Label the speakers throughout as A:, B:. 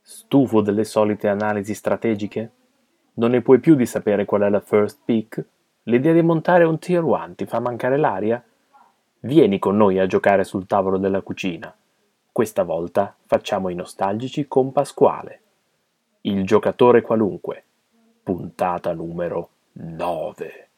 A: Stufo delle solite analisi strategiche? Non ne puoi più di sapere qual è la first pick? L'idea di montare un tier 1 ti fa mancare l'aria? Vieni con noi a giocare sul tavolo della cucina. Questa volta facciamo i nostalgici con Pasquale. Il giocatore qualunque. Puntata numero 9.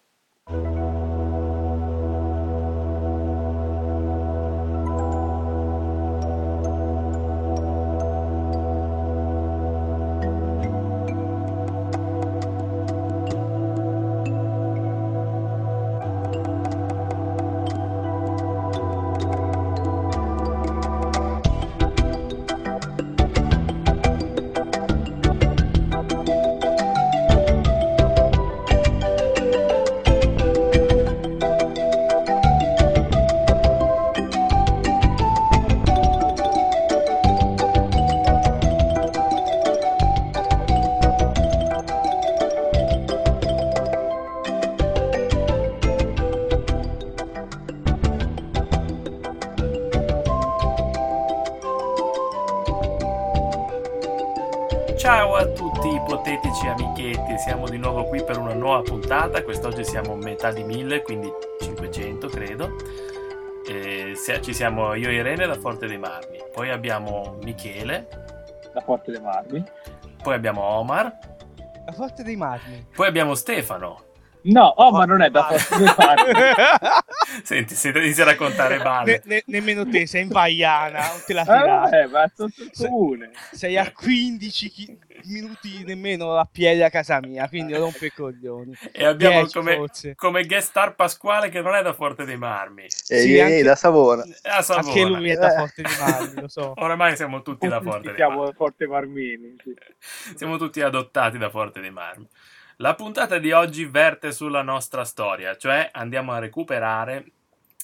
A: Ciao a tutti ipotetici amichetti, siamo di nuovo qui per una nuova puntata, quest'oggi siamo a metà di 1000, quindi 500 credo. E se- ci siamo io e Irene da Forte dei Marmi, poi abbiamo Michele,
B: La Forte dei Marmi.
A: poi abbiamo Omar,
C: La forte dei marmi.
A: poi abbiamo Stefano.
B: No, oh, ma non è da Forte dei Marmi.
A: Senti, se inizi a raccontare
C: Ne-
A: male.
C: ne- nemmeno te, sei in Vaiana, non te la
B: Ah,
C: tirare.
B: vabbè, ma sono tutti
C: Se-
B: comune.
C: Sei a 15 chi- minuti nemmeno a piedi a casa mia, quindi non rompe i coglioni.
A: E abbiamo
C: 10
A: come,
C: forse.
A: come guest star Pasquale che non è da Forte dei Marmi.
D: E
C: Sì,
D: vieni
C: anche-
D: Eh, da Savona.
A: È a Savona.
C: Anche lui è da
D: Eh.
C: forte dei marmi, lo so.
A: Oramai siamo tutti da Forte
B: Tutti
A: dei Marmi.
B: Uh, siamo Forte Marmini. sì.
A: Siamo tutti adottati da Forte dei Marmi. La puntata di oggi verte sulla nostra storia, cioè andiamo a recuperare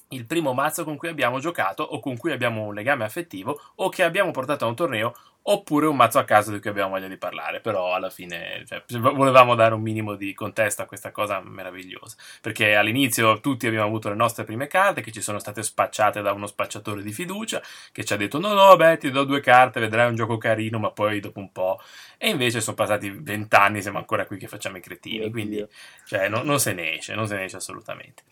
A: il primo mazzo con cui abbiamo giocato o con cui abbiamo un legame affettivo o che abbiamo portato a un torneo oppure un mazzo a caso di cui abbiamo voglia di parlare, però alla fine cioè, volevamo dare un minimo di contesto a questa cosa meravigliosa, perché all'inizio tutti abbiamo avuto le nostre prime carte che ci sono state spacciate da uno spacciatore di fiducia che ci ha detto no no beh ti do due carte, vedrai un gioco carino, ma poi dopo un po' E invece sono passati vent'anni, siamo ancora qui che facciamo i cretini,
B: Mio
A: quindi
B: Dio.
A: cioè, no- non se ne esce, non se ne esce assolutamente.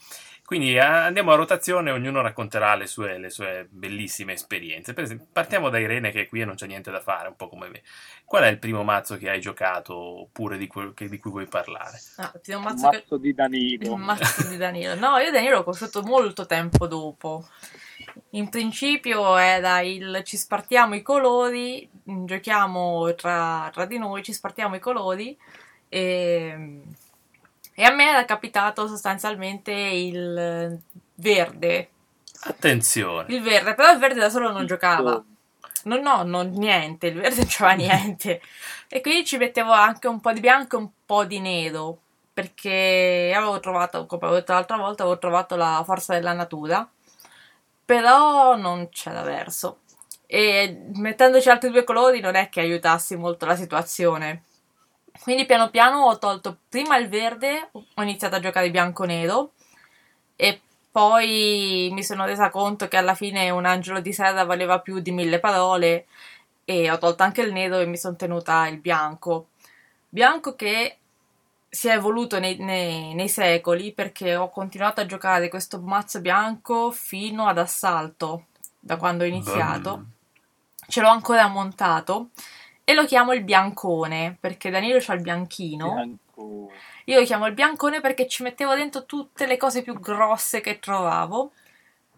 A: Quindi eh, andiamo a rotazione, ognuno racconterà le sue, le sue bellissime esperienze. Per esempio, partiamo da Irene che è qui e non c'è niente da fare, un po' come me. Qual è il primo mazzo che hai giocato oppure di, quel- che- di cui vuoi parlare?
E: Ah, ti do un
B: Un
E: mazzo che-
B: mazzo di Danilo.
E: il mazzo di Danilo. No, io Danilo l'ho conosciuto molto tempo dopo. In principio era il ci spartiamo i colori, mh, giochiamo tra, tra di noi, ci spartiamo i colori e, e a me era capitato sostanzialmente il verde.
A: Attenzione!
E: Il verde, però il verde da solo non giocava. No, no, non niente, il verde non c'era niente. E quindi ci mettevo anche un po' di bianco e un po' di nero, perché avevo trovato, come avevo detto l'altra volta, avevo trovato la forza della natura, però non c'era verso. E mettendoci altri due colori non è che aiutassi molto la situazione. Quindi piano piano ho tolto prima il verde, ho iniziato a giocare bianco-nero e poi mi sono resa conto che alla fine un angelo di sera valeva più di mille parole e ho tolto anche il nero e mi sono tenuta il bianco. Bianco che si è evoluto nei, nei- nei secoli perché ho continuato a giocare questo mazzo bianco fino ad assalto, da quando ho iniziato
A: Bam.
E: ce l'ho ancora montato e lo chiamo il biancone perché Danilo c'ha il bianchino.
B: Bianco.
E: Io lo chiamo il biancone perché ci mettevo dentro tutte le cose più grosse che trovavo,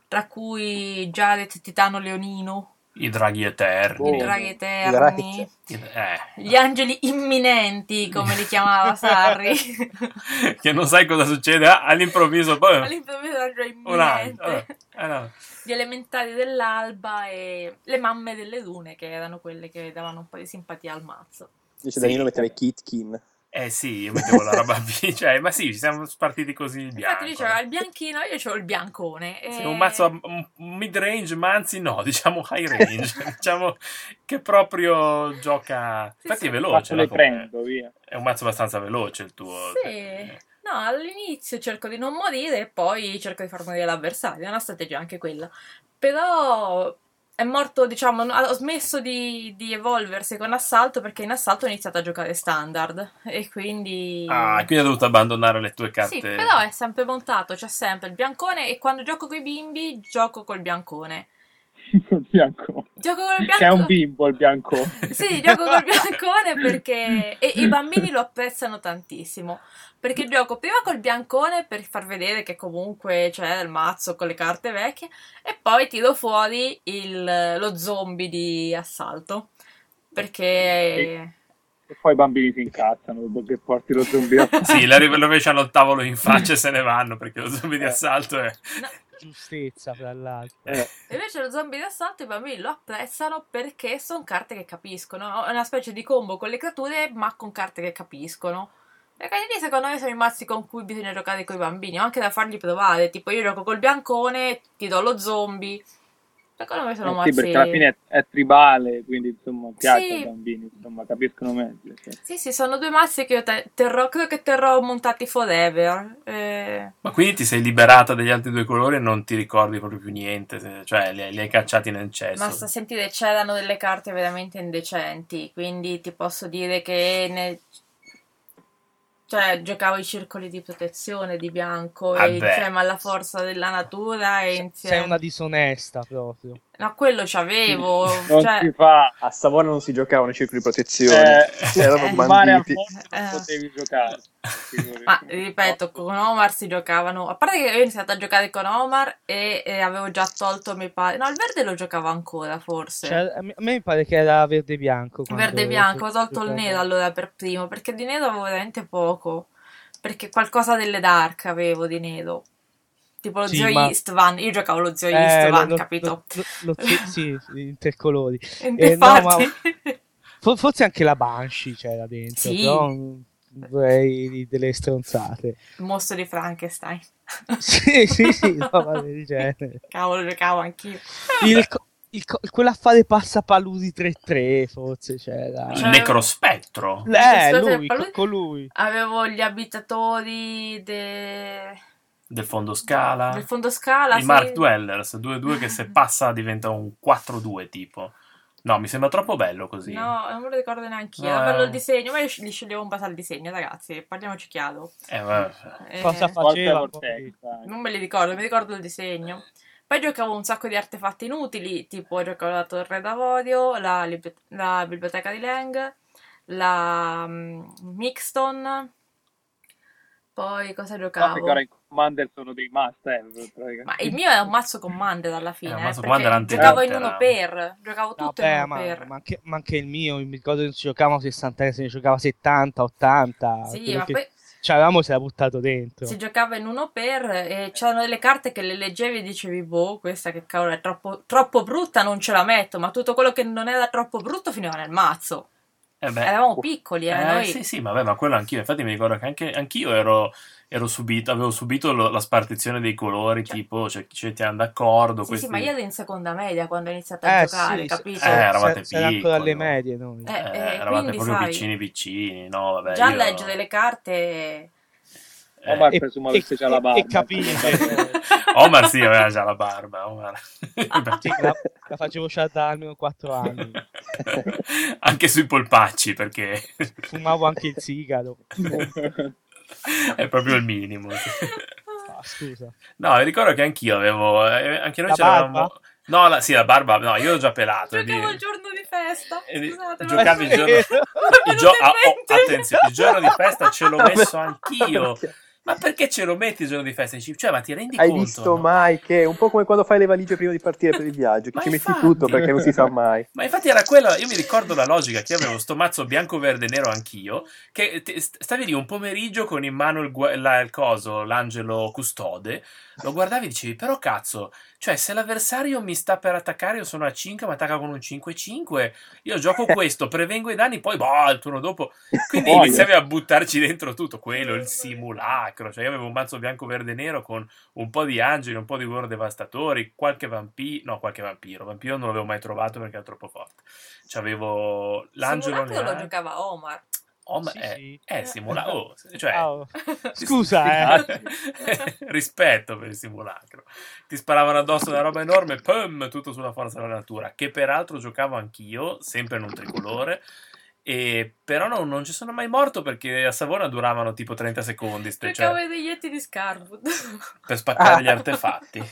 E: tra cui Jared Titano Leonino,
A: I draghi eterni.
B: Oh.
E: i draghi
D: Grazie.
E: eterni,
A: Eh.
E: gli angeli imminenti come li chiamava Sarri.
A: che non sai cosa succede ah, all'improvviso. Poi...
E: All'improvviso l'angelo
A: Un altro.
E: imminente,
A: Eh, no.
E: gli elementari dell'alba e le mamme delle lune che erano quelle che davano un po' di simpatia al mazzo.
D: Invece
A: Sì.
D: Danilo metteva i Kitkin.
A: Eh sì, io mettevo la roba B, cioè, ma sì, ci siamo spartiti così il bianco.
E: Infatti lui c'aveva il bianchino, io c'ho il biancone. eh. e-
A: Sì, un mazzo a- un mid range, ma anzi no, diciamo high range, diciamo che proprio gioca...
E: Sì,
A: Infatti
E: sì.
A: è veloce, eh.
B: Faccio le
A: no, come-
B: prendo, via.
A: è un mazzo abbastanza veloce il tuo. cioè,
E: Sì. No, all'inizio cerco di non morire e poi cerco di far morire l'avversario, è una strategia anche quella. Però è morto, diciamo, no- ho smesso di, di evolversi con assalto perché in assalto ho iniziato a giocare standard e quindi...
A: Ah, quindi hai dovuto abbandonare le tue carte.
E: Sì, però è sempre montato, c'è sempre il biancone e quando gioco con i bimbi gioco col biancone.
B: Il bianco.
E: Gioco col
B: Che è un
E: biancone.
B: bimbo il bianco.
E: Sì, gioco col biancone perché e i bambini lo apprezzano tantissimo. Perché gioco prima col biancone per far vedere che comunque c'è il mazzo con le carte vecchie e poi tiro fuori il- lo zombie di assalto. Perché
B: E poi i bambini si incazzano dopo che porti lo zombie Eh, a
A: Sì, la ri- lo rovesciano il tavolo in faccia e se ne vanno perché lo zombie di
B: Eh.
A: assalto è...
C: Giustezza, fra l'altro.
B: Eh,
E: invece lo zombie di assalto i bambini lo apprezzano perché sono carte che capiscono. È una specie di combo con le creature ma con carte che capiscono. E quindi secondo me sono i mazzi con cui bisogna giocare con i bambini, o anche da fargli provare. Tipo io gioco col biancone, ti do lo zombie. Secondo me
B: Eh
E: sono
B: sì,
E: mazzi...
B: perché alla fine è, è tribale, quindi insomma piace
E: Sì.
B: ai bambini, insomma capiscono meglio. cioè.
E: Sì, sì, sono due mazzi che io te- terrò, credo che terrò montati forever. Eh,
A: Ma quindi ti sei liberata degli altri due colori e non ti ricordi proprio più niente, se- cioè li, hai- li hai cacciati nel cesso.
E: ma sta a sentire, c'erano delle carte veramente indecenti, quindi ti posso dire che ne- cioè, giocavo i circoli di protezione di bianco e
A: Vabbè.
E: insieme alla forza della natura e
C: Sei
E: insieme...
C: una disonesta proprio.
E: No, quello c'avevo,
B: Non
E: cioè...
B: si fa.
D: A Savona non si giocavano i circoli di protezione.
B: Eh,
F: Cioè,
D: erano
B: eh, mare a
D: banditi.
B: fondo non
E: Eh.
B: potevi giocare. figurati.
E: Ma ripeto, con Omar si giocavano. A parte che io ho iniziato a giocare con Omar e, e avevo già tolto mio padre. No, il verde lo giocavo ancora, forse.
C: Cioè, a me a me mi pare che era verde e bianco. quando-
E: Verde e bianco, ho tolto il nero allora per primo, perché di nero avevo veramente poco. Perché qualcosa delle dark avevo di nero. Tipo lo
C: Sì,
E: zio
C: ma-
E: Istvan, io giocavo lo zio
C: Eh,
E: Istvan,
C: lo- lo-
E: capito?
C: lo- lo- sì, sì, intercolori.
E: E
C: eh, no, ma-
E: infatti,
C: For- forse anche la Banshee c'era dentro,
E: Sì.
C: però mm, vorrei di- delle stronzate.
E: il mostro di Frankenstein.
C: sì, sì, sì, no, ma del genere.
E: Cavolo, giocavo anch'io.
C: Il, co- il co- quell'affare passapaludi 3-3 forse c'era.
A: Il
E: Cioè-
A: necrospettro.
C: Eh,
E: Scusate,
C: lui,
E: paludi-
C: co- con lui.
E: Avevo gli abitatori de-
A: del fondo
C: Ah.
A: scala.
E: del fondo scala.
A: I
E: sì.
A: Mark Dwellers 2-2 che se passa diventa un 4-2 tipo. No, mi sembra troppo bello così.
E: No, non me lo ricordo neanche io.
A: No,
E: Era bello
A: eh.
E: il disegno, ma io sc- gli sceglievo un base al disegno, ragazzi. Parliamoci chiaro.
A: Eh, vabbè.
E: Eh,
B: Forza
C: Cosa faceva? poi?
B: Vortex, anche.
E: non me li ricordo, mi ricordo il disegno. Poi giocavo un sacco di artefatti inutili, tipo giocavo la Torre d'Avorio, la, lib- la Biblioteca di Lang, la mm, Mixton. Poi cosa
B: No, perché
E: giocavo?
B: ora i commander sono dei must have. praticamente.
E: Ma il mio era un mazzo commander alla fine,
A: Era un
E: eh,
A: mazzo
E: perché
A: commander ante
E: giocavo in
A: litteram.
E: uno per, giocavo
C: No,
E: tutto
C: beh,
E: in uno
C: ma,
E: per.
C: ma anche, ma anche il mio, mi ricordo che non si giocava 60, se ne giocava 70, 80.
E: Sì,
C: quello
E: ma
C: che
E: poi
C: c'avevamo se l'ha buttato dentro.
E: si giocava in uno per e c'erano delle carte che le leggevi e dicevi boh questa che cavolo è troppo, troppo brutta non ce la metto ma tutto quello che non era troppo brutto finiva nel mazzo
A: Eh beh.
E: eravamo piccoli eh,
A: Eh,
E: noi
A: Sì, sì, ma vabbè, ma quello anch'io. Infatti mi ricordo che anche, anch'io ero, ero subito, avevo subito lo- la spartizione dei colori, tipo, cioè, ci mettiamo d'accordo.
E: Sì,
A: questi...
E: sì ma io ero in seconda media quando ho iniziato a
C: Eh,
E: giocare
C: sì,
E: capito
A: Eh, eravate
C: se- se- era ancora alle
A: piccoli.
C: medie noi.
E: Eh,
A: Eh,
E: eh,
A: eravate
E: quindi,
A: proprio
E: sai,
A: piccini piccini, no, vabbè.
E: già
A: io-
E: leggere le carte
A: eh,
B: Omar
C: e-
B: presumo avesse
C: e- cioè,
B: già la barba. Eh,
C: e capite.
A: Omar sì, aveva già la barba, Omar.
E: Ah.
C: Sì, la, la facevo già da almeno 4 anni.
A: anche sui polpacci, perché
C: Fumavo anche il sigaro.
A: è proprio il minimo.
C: Ah, scusa.
A: No, mi ricordo che anch'io avevo. eh, anche noi
C: La
A: c'eravamo.
C: barba?
A: No, la, sì, la barba. No, io l'ho già pelato. e
E: giocavo
A: lì-
E: il giorno di festa
A: Eh, di-
E: scusate ma-
A: giocavi il giorno- il, gio- ah, oh, attenzione, il giorno di festa ce l'ho messo anch'io. Ma perché ce lo metti il giorno di festa? Dici, Cioè, ma ti rendi
D: Hai
A: conto?
D: visto
A: no?
D: mai che è un po' come quando fai le valigie prima di partire per il viaggio, che
A: Ma
D: ci metti
A: infatti. Esatto.
D: tutto perché non si sa mai.
A: Ma infatti era quella, io mi ricordo la logica che io avevo sto mazzo bianco, verde, nero anch'io, che te- st- stavi lì un pomeriggio con in mano il, gua- la- il coso, l'angelo custode, lo guardavi e dicevi, però cazzo, cioè se l'avversario mi sta per attaccare, io sono a 5, mi attacca con un 5-5, io gioco questo, prevengo i danni, poi boh, il turno dopo... Quindi
B: Poi-
A: iniziavi a buttarci dentro tutto quello, il simulacro, cioè io avevo un mazzo bianco, verde, nero con un po' di angeli, un po' di loro devastatori, qualche vampiro, no, qualche vampiro, vampiro non l'avevo mai trovato perché era troppo forte. C'avevo l'angelo eh.
E: Simulacro lo
A: neanche.
E: giocava Omar
A: Home
C: Sì,
A: è,
C: sì. Eh,
A: è simulacro. Oh, cioè,
C: Ciao. Scusa, eh.
A: Rispetto per il simulacro. Ti sparavano addosso una roba enorme, pum, tutto sulla forza della natura, che peraltro giocavo anch'io, sempre in un tricolore. E però no, non ci sono mai morto perché a Savona duravano tipo 30 secondi ste-
E: Giocavo
A: cioè,
E: ai degnetti di Scarwood.
A: per spaccare
D: Ah.
A: gli artefatti.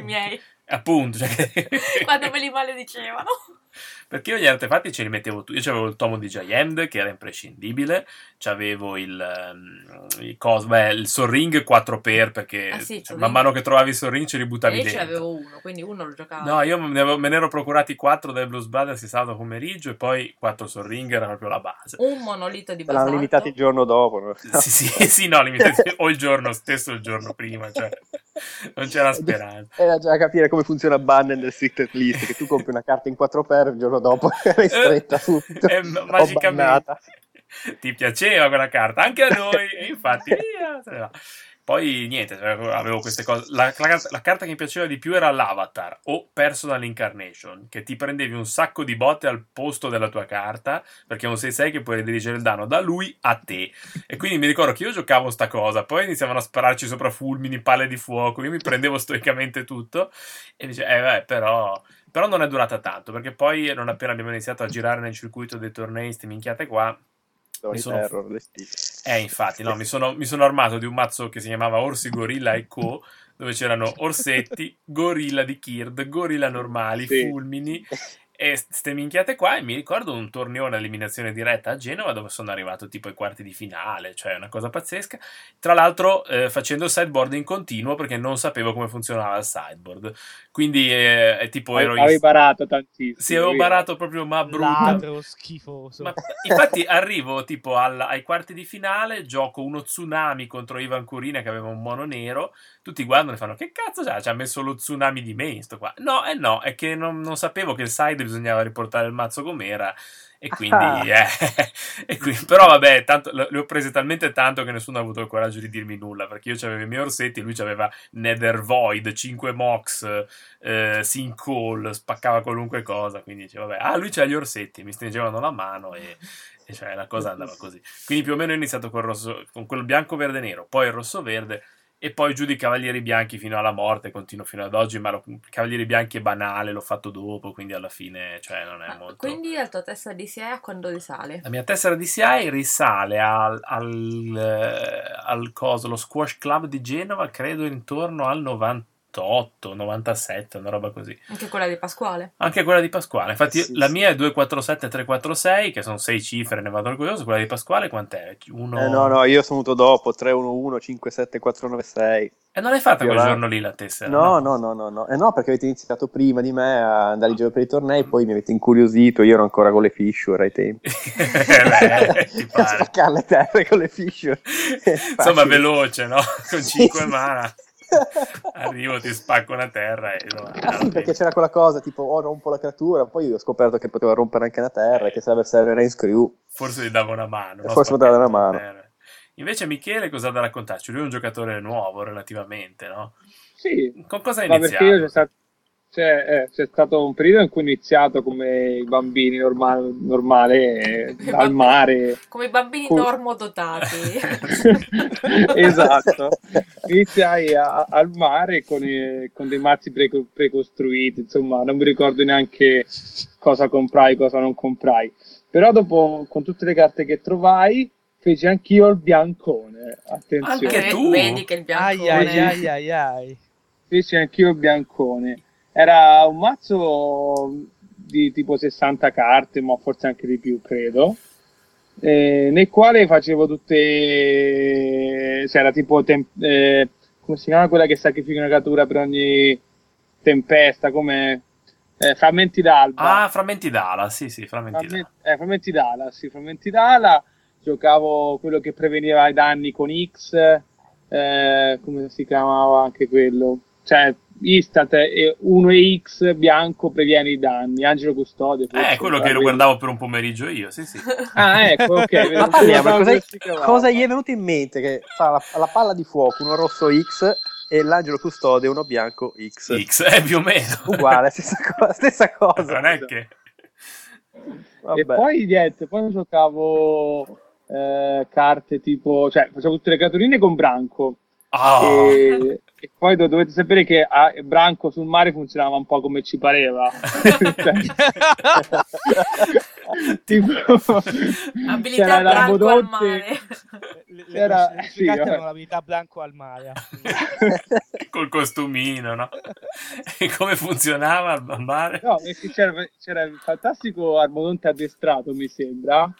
E: miei.
A: Appunto, cioè,
E: Quando me li maledicevano.
A: perché io gli artefatti ce li mettevo tutti. Io avevo il tomo di Jayend che era imprescindibile, c'avevo il, ehm, il, cos- beh, il Sorring 4x perché
E: Ah, sì,
A: cioè,
E: Sorring.
A: man mano che trovavi il Sorring ce li buttavi
E: io ce
A: dentro.
E: l'avevo uno, quindi uno lo giocavo.
A: No, io me ne, avevo- me ne ero procurati quattro dai Blues Brothers il sabato pomeriggio e poi quattro sul ring era proprio la base.
E: Un monolito di
D: Se l'hanno limitato il
E: basalto.
D: giorno dopo. no?
A: Sì, sì, sì, no, limitati- o il giorno stesso o il giorno prima, cioè non c'era speranza.
D: Era già a capire come funziona Banner nel Secret List, che tu compri una carta in 4 per il giorno dopo era in stretta subito.
A: Eh,
D: Ho
A: magicamente
D: bannata.
A: ti piaceva quella carta, anche a noi, e infatti via, se ne va. Poi niente, cioè, avevo queste cose. La, la- la carta che mi piaceva di più era l'Avatar o Personal Incarnation, che ti prendevi un sacco di botte al posto della tua carta, perché è un 6-6 che puoi dirigere il danno da lui a te. E quindi mi ricordo che io giocavo sta cosa, poi iniziavano a spararci sopra fulmini, palle di fuoco, io mi prendevo stoicamente tutto e dice, eh beh, però... Però non è durata tanto, perché poi non appena abbiamo iniziato a girare nel circuito dei tornei, ste minchiate qua,
D: Story
A: sono-
D: Terror, le stile.
A: eh, infatti, no, mi sono, mi sono armato di un mazzo che si chiamava Orsi, Gorilla e Co. Dove c'erano orsetti, gorilla di Kird, gorilla normali,
B: Sì.
A: fulmini
B: eh,
A: e ste minchiate qua. E mi ricordo un torneone a eliminazione diretta a Genova dove sono arrivato tipo ai quarti di finale, cioè una cosa pazzesca. Tra l'altro eh, facendo il sideboard in continuo perché non sapevo come funzionava il sideboard. Quindi eh, è tipo ero in...
B: Avevi barato tantissimo.
A: Sì, avevo
B: vero?
A: barato proprio
C: Esatto,
A: ma brutta.
C: Ladro schifoso.
A: Ma- infatti arrivo tipo al- ai quarti di finale, gioco uno tsunami contro Ivan Curina che aveva un mono nero, tutti guardano e fanno che cazzo c'ha, ci ha messo lo tsunami di main sto qua. No, eh no, è che non, non sapevo che il side bisognava riportare il mazzo com'era e quindi... eh, e quindi- però vabbè, tanto, le le ho prese talmente tanto che nessuno ha avuto il coraggio di dirmi nulla, perché io avevo i miei orsetti, lui aveva Nether Void, 5 Mox, eh, Sinkhole, spaccava qualunque cosa. Quindi dice, vabbè, ah, lui c'ha gli orsetti, mi stringevano la mano e, e cioè, la cosa andava così. Quindi più o meno ho iniziato col rosso, con quello bianco-verde-nero, poi il rosso-verde e poi giù di Cavalieri Bianchi fino alla morte, continuo fino ad oggi, ma lo- Cavalieri Bianchi è banale, l'ho fatto dopo, quindi alla fine cioè, non è
E: Ma
A: molto...
E: Ah, Quindi la tua testa di sé a quando risale?
A: La mia tessera DCI risale al, al, eh, al coso, lo Squash Club di Genova, credo intorno al 98, 97, una roba così.
E: Anche quella di Pasquale.
A: Anche quella di Pasquale. Infatti,
D: Eh, Sì,
A: la
D: sì.
A: mia è 247-346, che sono sei cifre, ne vado orgoglioso. Quella di Pasquale quant'è? Uno...
D: Eh, no, no, io sono venuto dopo, 311 57496.
A: E non l'hai fatta quel
D: Io la-
A: giorno lì la tessera?
D: No, no, no, no, no. Eh no, perché avete iniziato prima di me a andare in giro per i tornei, poi mi avete incuriosito, io ero ancora con le fissure ai tempi.
A: Eh, Beh, ti
D: a
A: pare.
D: spaccare le terre con le fissure.
A: Insomma, veloce, no? Con
D: Sì,
A: 5
D: sì,
A: mana.
D: sì.
A: Arrivo, ti spacco una terra e lo-
D: Ah sì, perché c'era quella cosa tipo oh rompo la creatura, poi ho scoperto che poteva rompere anche la terra e che sarebbe serve Rain Screw.
A: forse gli davo una mano.
D: Forse mi dava una mano.
A: Eh, Invece Michele cosa ha da raccontarci? Lui è un giocatore nuovo relativamente, no?
B: Sì,
A: Con cosa ha
B: ma perché io c'è
A: iniziato?
B: stato, c'è, eh, c'è stato un periodo in cui ho iniziato come i bambini normal- normale, eh, al mare.
E: Come i bambini
B: Con-
E: normodotati.
B: esatto. Iniziai a- al mare con, eh, con dei mazzi pre- precostruiti, insomma, non mi ricordo neanche cosa comprai, cosa non comprai. Però dopo, con tutte le carte che trovai, feci anch'io il biancone. Attenzione.
A: Anche
E: Eh,
A: tu?
E: Vedi che il bianco
C: Ai ai ai ai ai.
B: Feci anch'io il biancone. Era un mazzo di tipo 60 carte, ma forse anche di più, credo. eh, nel quale facevo tutte. Cioè, era tipo. tem- eh, come si chiama quella che sacrifica una creatura per ogni tempesta? Come. eh, frammenti d'alba.
A: Ah, frammenti d'ala, sì, sì, frammenti d'ala.
B: Frammen- eh, frammenti d'ala, sì, frammenti d'ala. Giocavo quello che preveniva i danni con X, eh, come si chiamava anche quello? Cioè, Istat eh, 1X bianco previene i danni, Angelo Custode.
A: Eh,
B: forse,
A: quello che lo
B: quello.
A: guardavo per un pomeriggio io, sì, sì.
B: Ah, ecco, ok. vedo-
D: Ma parliamo,
B: vedo
D: cosa,
B: che si chiamava.
D: cosa gli è venuto in mente che fa la, la palla di fuoco, uno rosso X e l'angelo custode uno bianco X?
A: X, eh, più o meno.
D: Uguale, stessa, co- stessa
B: esatto,
D: cosa.
A: Non è che...
D: Vabbè.
B: E poi niente, poi giocavo eh, carte tipo, cioè facevo tutte le creaturine con Branco.
A: Ah,
B: E, e poi do- dovete sapere che a- Branco sul mare funzionava un po' come ci pareva. Cioè, tipo,
E: Abilità
B: c'era
E: branco al
B: Rambodotti-
E: mare.
C: Le, le,
B: Era-
C: le sue
B: sì,
C: carte
B: vabbè.
C: avevano l'abilità blanco al mare. appunto.
A: col costumino, no? E come funzionava al mare?
B: No, perché c'era, c'era il fantastico Armodonte addestrato, mi sembra,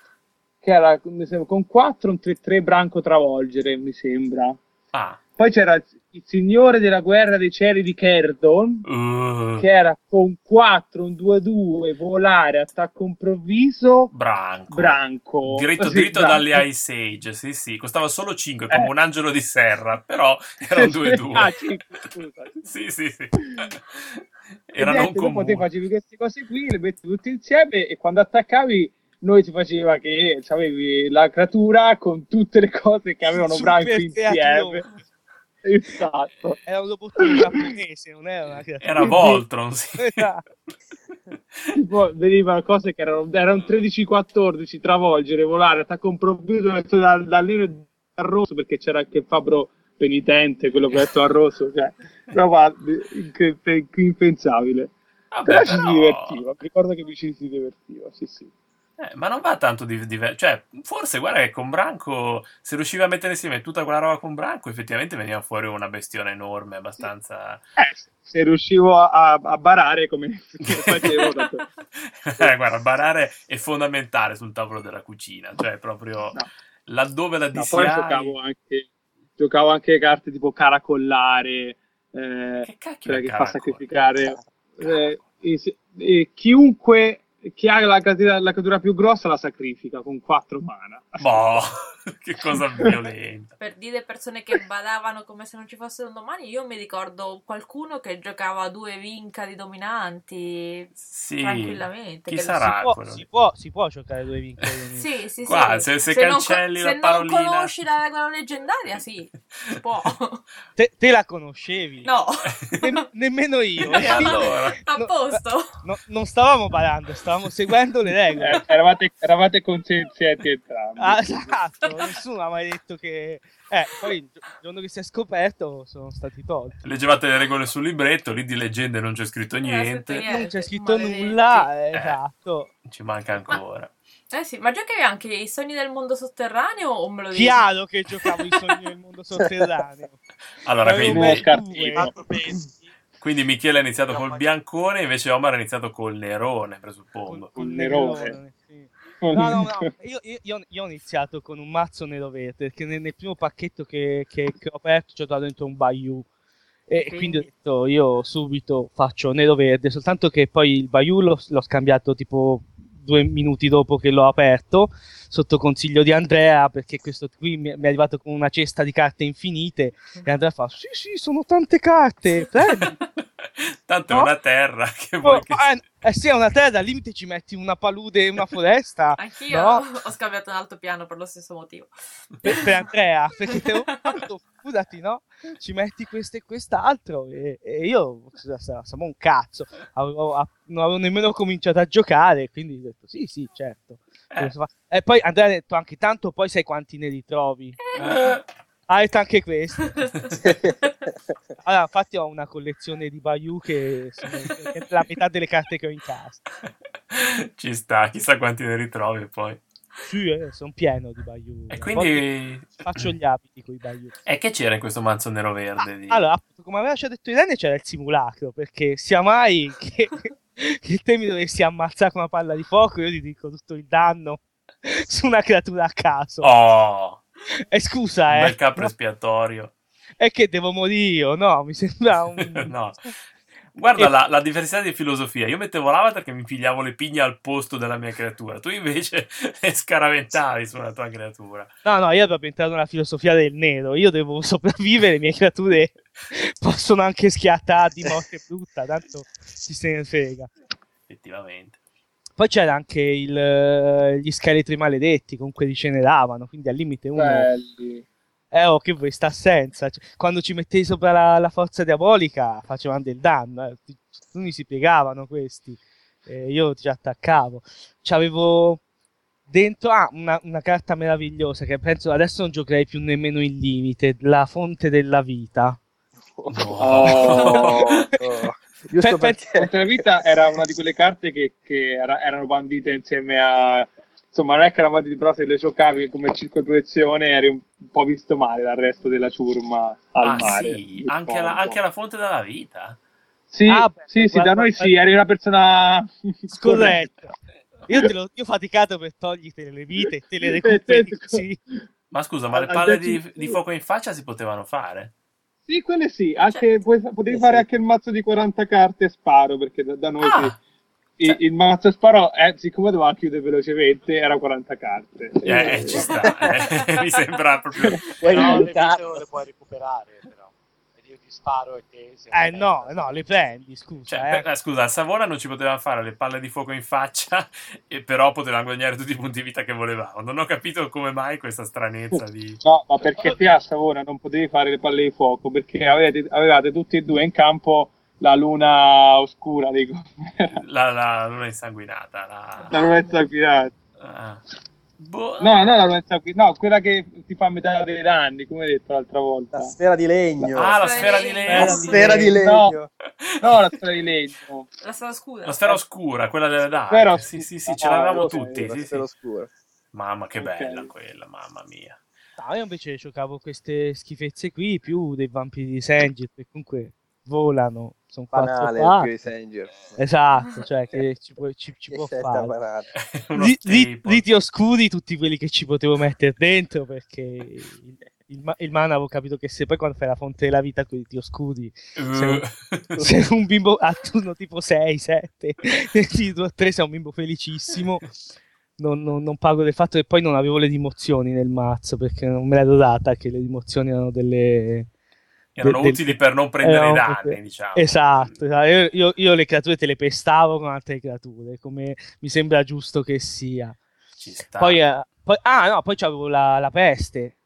B: che era mi sembra, con 4, un 3-3 branco travolgere, mi sembra.
A: Ah,
B: Poi c'era il, il signore della guerra dei cieli di Kerdon,
A: uh,
B: che era con 4, un 2-2, volare, attacco improvviso,
A: branco.
B: branco.
A: Diretto
B: Sì,
A: dritto
B: branco.
A: dalle Ice Age, sì sì, costava solo 5 come
B: Eh.
A: un angelo di serra, però era un 2-2.
B: Ah, cinque, scusa.
A: Sì, sì, sì.
B: E
A: Era non
B: niente, dopo te
A: comune.
B: facevi queste cose qui, le metti tutte insieme e quando attaccavi noi si faceva che avevi la creatura con tutte le cose che avevano
C: Super
B: Branco insieme.
C: teatrone.
B: Esatto.
C: Era un robottino giapponese, non era una creatura.
A: Era Voltron, sì.
C: Esatto.
B: Tipo, venivano cose che erano, erano 13-14, travolgere, volare, attacco improvviso messo dal, dal nero e dal rosso perché c'era anche il fabbro penitente, quello che ha detto al rosso, cioè, roba inc- impensabile.
A: Vabbè,
B: Però ci si
A: però-
B: divertiva, ricordo che mi ci si divertiva, sì sì.
A: Eh, ma non va tanto di, di- Cioè, forse guarda che con Branco, se riuscivi a mettere insieme tutta quella roba con Branco, effettivamente veniva fuori una bestione enorme, abbastanza...
B: Eh, se- se riuscivo a, a barare come facevo, tanto-
A: Eh, guarda, barare è fondamentale sul tavolo della cucina, cioè proprio
B: No.
A: laddove la
B: No, poi
A: dissiai...
B: giocavo anche, giocavo anche carte tipo caracollare, eh,
A: Che cacchio
B: cioè
A: è
B: che fa
A: caracol?
B: sacrificare eh, e se- e chiunque chi ha la creatura, la creatura più grossa la sacrifica con 4 mana.
A: Boh, che cosa violenta.
E: per dire persone che badavano come se non ci fosse un domani, io mi ricordo qualcuno che giocava a due vinca di dominanti
A: Sì,
E: tranquillamente.
A: chi
E: che-
A: sarà?
C: Si può,
A: quello lì.
C: si, può, si può giocare due vincoli.
E: Sì, sì,
A: Qua,
E: sì.
A: se- se
E: non co-
A: cancelli la
E: se
A: parolina.
E: non conosci la regola leggendaria, sì, si può.
C: Te, te la conoscevi?
E: No, Eh,
C: Nem- nemmeno io.
A: E allora?
E: a
C: No,
E: posto.
C: no, non stavamo parlando, stavamo seguendo le regole.
B: Eh, eravate, eravate consenzienti entrambi.
C: Ah, esatto, nessuno ha mai detto che... Eh, poi il gi- giorno che si è scoperto sono stati tolti.
A: Leggevate le regole sul libretto, lì di leggende non c'è scritto niente,
E: Eh,
C: Non c'è scritto
E: maledetti.
C: nulla, eh, esatto.
A: ci manca ancora.
E: Eh sì, ma giocavi anche i sogni del mondo sotterraneo o me lo dici?
C: Chiaro che giocavo i sogni del mondo sotterraneo.
A: Allora, quindi...
C: Avevo
B: messo- cartino.
C: messo due.
A: Quindi Michele ha iniziato col biancone, invece Omar ha iniziato col nerone, presuppongo.
B: Col
C: il
B: nerone.
C: nerone, sì. No, no, no, io, io- io- io ho iniziato con un mazzo nero verde, perché nel, nel primo pacchetto che, che- che ho aperto ci ho dato dentro un Bayou. E
E: Quindi?
C: quindi ho detto io subito faccio nero verde, soltanto che poi il Bayou l'ho, l'ho scambiato tipo due minuti dopo che l'ho aperto, sotto consiglio di Andrea, perché questo qui mi, mi è arrivato con una cesta di carte infinite e Andrea fa sì sì sono tante carte, prendi.
A: Tanto è
C: No?
A: una terra che
C: Oh,
A: vuoi che...
C: eh, eh sì, è una terra, al limite ci metti una palude e una foresta
E: Anch'io
C: No.
E: ho scambiato un altopiano per lo stesso motivo.
C: per, per Andrea, perché te lo fatto, scusati, no? Ci metti questo e quest'altro e, e io sa- sa- siamo un cazzo, avevo, a- non avevo nemmeno cominciato a giocare, quindi ho detto sì, sì, certo.
A: Eh.
C: E poi Andrea ha detto anche tanto, poi sai quanti ne ritrovi.
A: Eh,
C: Ha detto anche questo.
D: Sì.
C: Allora, infatti ho una collezione di Bayou che sono la metà delle carte che ho in casa.
A: Ci sta, chissà quanti ne ritrovi poi.
C: Sì, eh, sono pieno di Bayou.
A: E
C: A volte
A: quindi...
C: Faccio gli abiti con i Bayou.
A: E che c'era in questo mazzo nero-verde? Di...
C: Ah, allora, appunto, come aveva già detto Irene, c'era il simulacro, perché sia mai che, che te mi dovessi ammazzare con una palla di fuoco, io ti dico tutto il danno su una creatura a caso.
A: Oh,
C: E scusa,
A: un
C: eh,
A: bel capro
C: no,
A: espiatorio.
C: è che devo morire io, no? Mi sembra un... Eh,
A: No. Guarda
C: E-
A: la, la diversità di filosofia. Io mettevo l'avatar che mi pigliavo le pigne al posto della mia creatura. Tu invece scaraventavi sulla tua creatura.
C: No, no, io proprio entrato nella filosofia del nero, io devo sopravvivere, le mie creature possono anche schiattare di morte brutta, tanto chi se ne frega.
A: Effettivamente.
C: Poi c'era anche il, eh, gli scheletri maledetti, comunque riceneravano, quindi al limite uno...
B: Belli.
C: Eh, oh, che vuoi sta senza. Cioè, quando ci mettevi sopra la, la forza diabolica facevano del danno. Eh. Ti- Alcuni si piegavano questi. Eh, io ti attaccavo. C'avevo dentro ha una, una carta meravigliosa che penso adesso non giocherei più nemmeno in limite, la fonte della vita.
D: Oh, oh. Giusto
C: Pe- pe-
D: perché...
B: Contro la vita era una di quelle carte che, che era- erano bandite insieme a. Insomma, non è che era bandita, però se le giocavi come circoscrizione eri un po' visto male dal resto della ciurma al
A: Ah,
B: mare.
A: sì,
B: Il
A: anche alla,
B: fondo.
A: anche alla fonte della vita.
B: Sì,
C: Ah, beh,
B: sì, sì, da
C: guarda, eh,
B: noi sì, eri una persona
C: Scorretto.
B: Eh.
C: Io, te lo, io ho faticato per togliertele le vite, te le recuperi. sì.
A: Ma scusa, ma le
B: Al- al
A: palle
B: decimo-
A: di, di fuoco in faccia si potevano fare?
B: Sì, quelle sì, anche, puoi- potevi
D: Sì,
B: fare
D: sì.
B: anche il mazzo di 40 carte e sparo, perché da, da noi
A: Ah!
B: sì. I- il, mazzo e sparo, eh, siccome doveva chiudere velocemente, era 40 carte.
A: Eh,
B: Eh,
A: ci sta, eh. mi sembra proprio...
D: Puoi
F: no, le
D: rimontarlo.
F: video le puoi recuperare, però. Vedi, Io ti sparo e te... se-
C: Eh no, no, le prendi, scusa.
A: Cioè,
C: eh.
A: per- eh, scusa, a Savona non ci potevano fare le palle di fuoco in faccia, e però potevano guadagnare tutti i punti vita che volevamo. Non ho capito come mai questa stranezza di...
B: No, ma perché qui a Savona non potevi fare le palle di fuoco, perché avevate, avevate tutti e due in campo la luna oscura, dico.
A: La, la luna insanguinata. la-
B: la luna sanguinata.
A: Ah. Boh.
B: No, no, la luna sanguinata, no, quella che ti fa metà dei danni, come hai detto l'altra volta.
D: La sfera di legno.
A: Ah, la sfera di
D: la
A: legno.
D: sfera di legno.
B: No. No, la sfera di legno.
E: La strada scuda.
A: La sfera oscura, quella della Dark.
B: Sfera
A: sì,
B: oscura.
A: sì, sì, ce
B: Ah,
A: l'avevamo
B: ok,
A: tutti.
D: La
A: sì, sì.
D: sfera oscura.
A: Mamma, che
B: Ok.
A: bella quella, mamma mia.
C: No, io invece giocavo queste schifezze qui più dei vampiri di Sengit che comunque volano, sono quattro
D: Banale, più
C: patte.
D: di Sanger.
B: Eh,
C: Esatto, cioè che ci può, ci, ci
D: Che
C: può
D: scelta
C: fare.
D: banale.
A: Uno
C: Li- li-
A: staple.
C: Liti oscuri tutti quelli che ci potevo mettere dentro perché il, il, ma- il mana avevo capito che se poi quando fai la fonte della vita con i liti oscuri
A: Uh.
C: sei un bimbo a turno tipo 6, 7, 3 sei un bimbo felicissimo. Non, non- non pago del fatto che poi non avevo le dimozioni nel mazzo perché non me l'ero data che le dimozioni erano delle...
A: Erano
C: del-
A: utili per non prendere
C: erano
A: i danni,
C: proprio-
A: diciamo.
C: Esatto, esatto. Io, io- io le creature te le pestavo con altre creature, come mi sembra giusto che sia.
A: Esatto. Ci sta.
C: Poi, eh, poi- ah no, poi c'avevo la, la peste.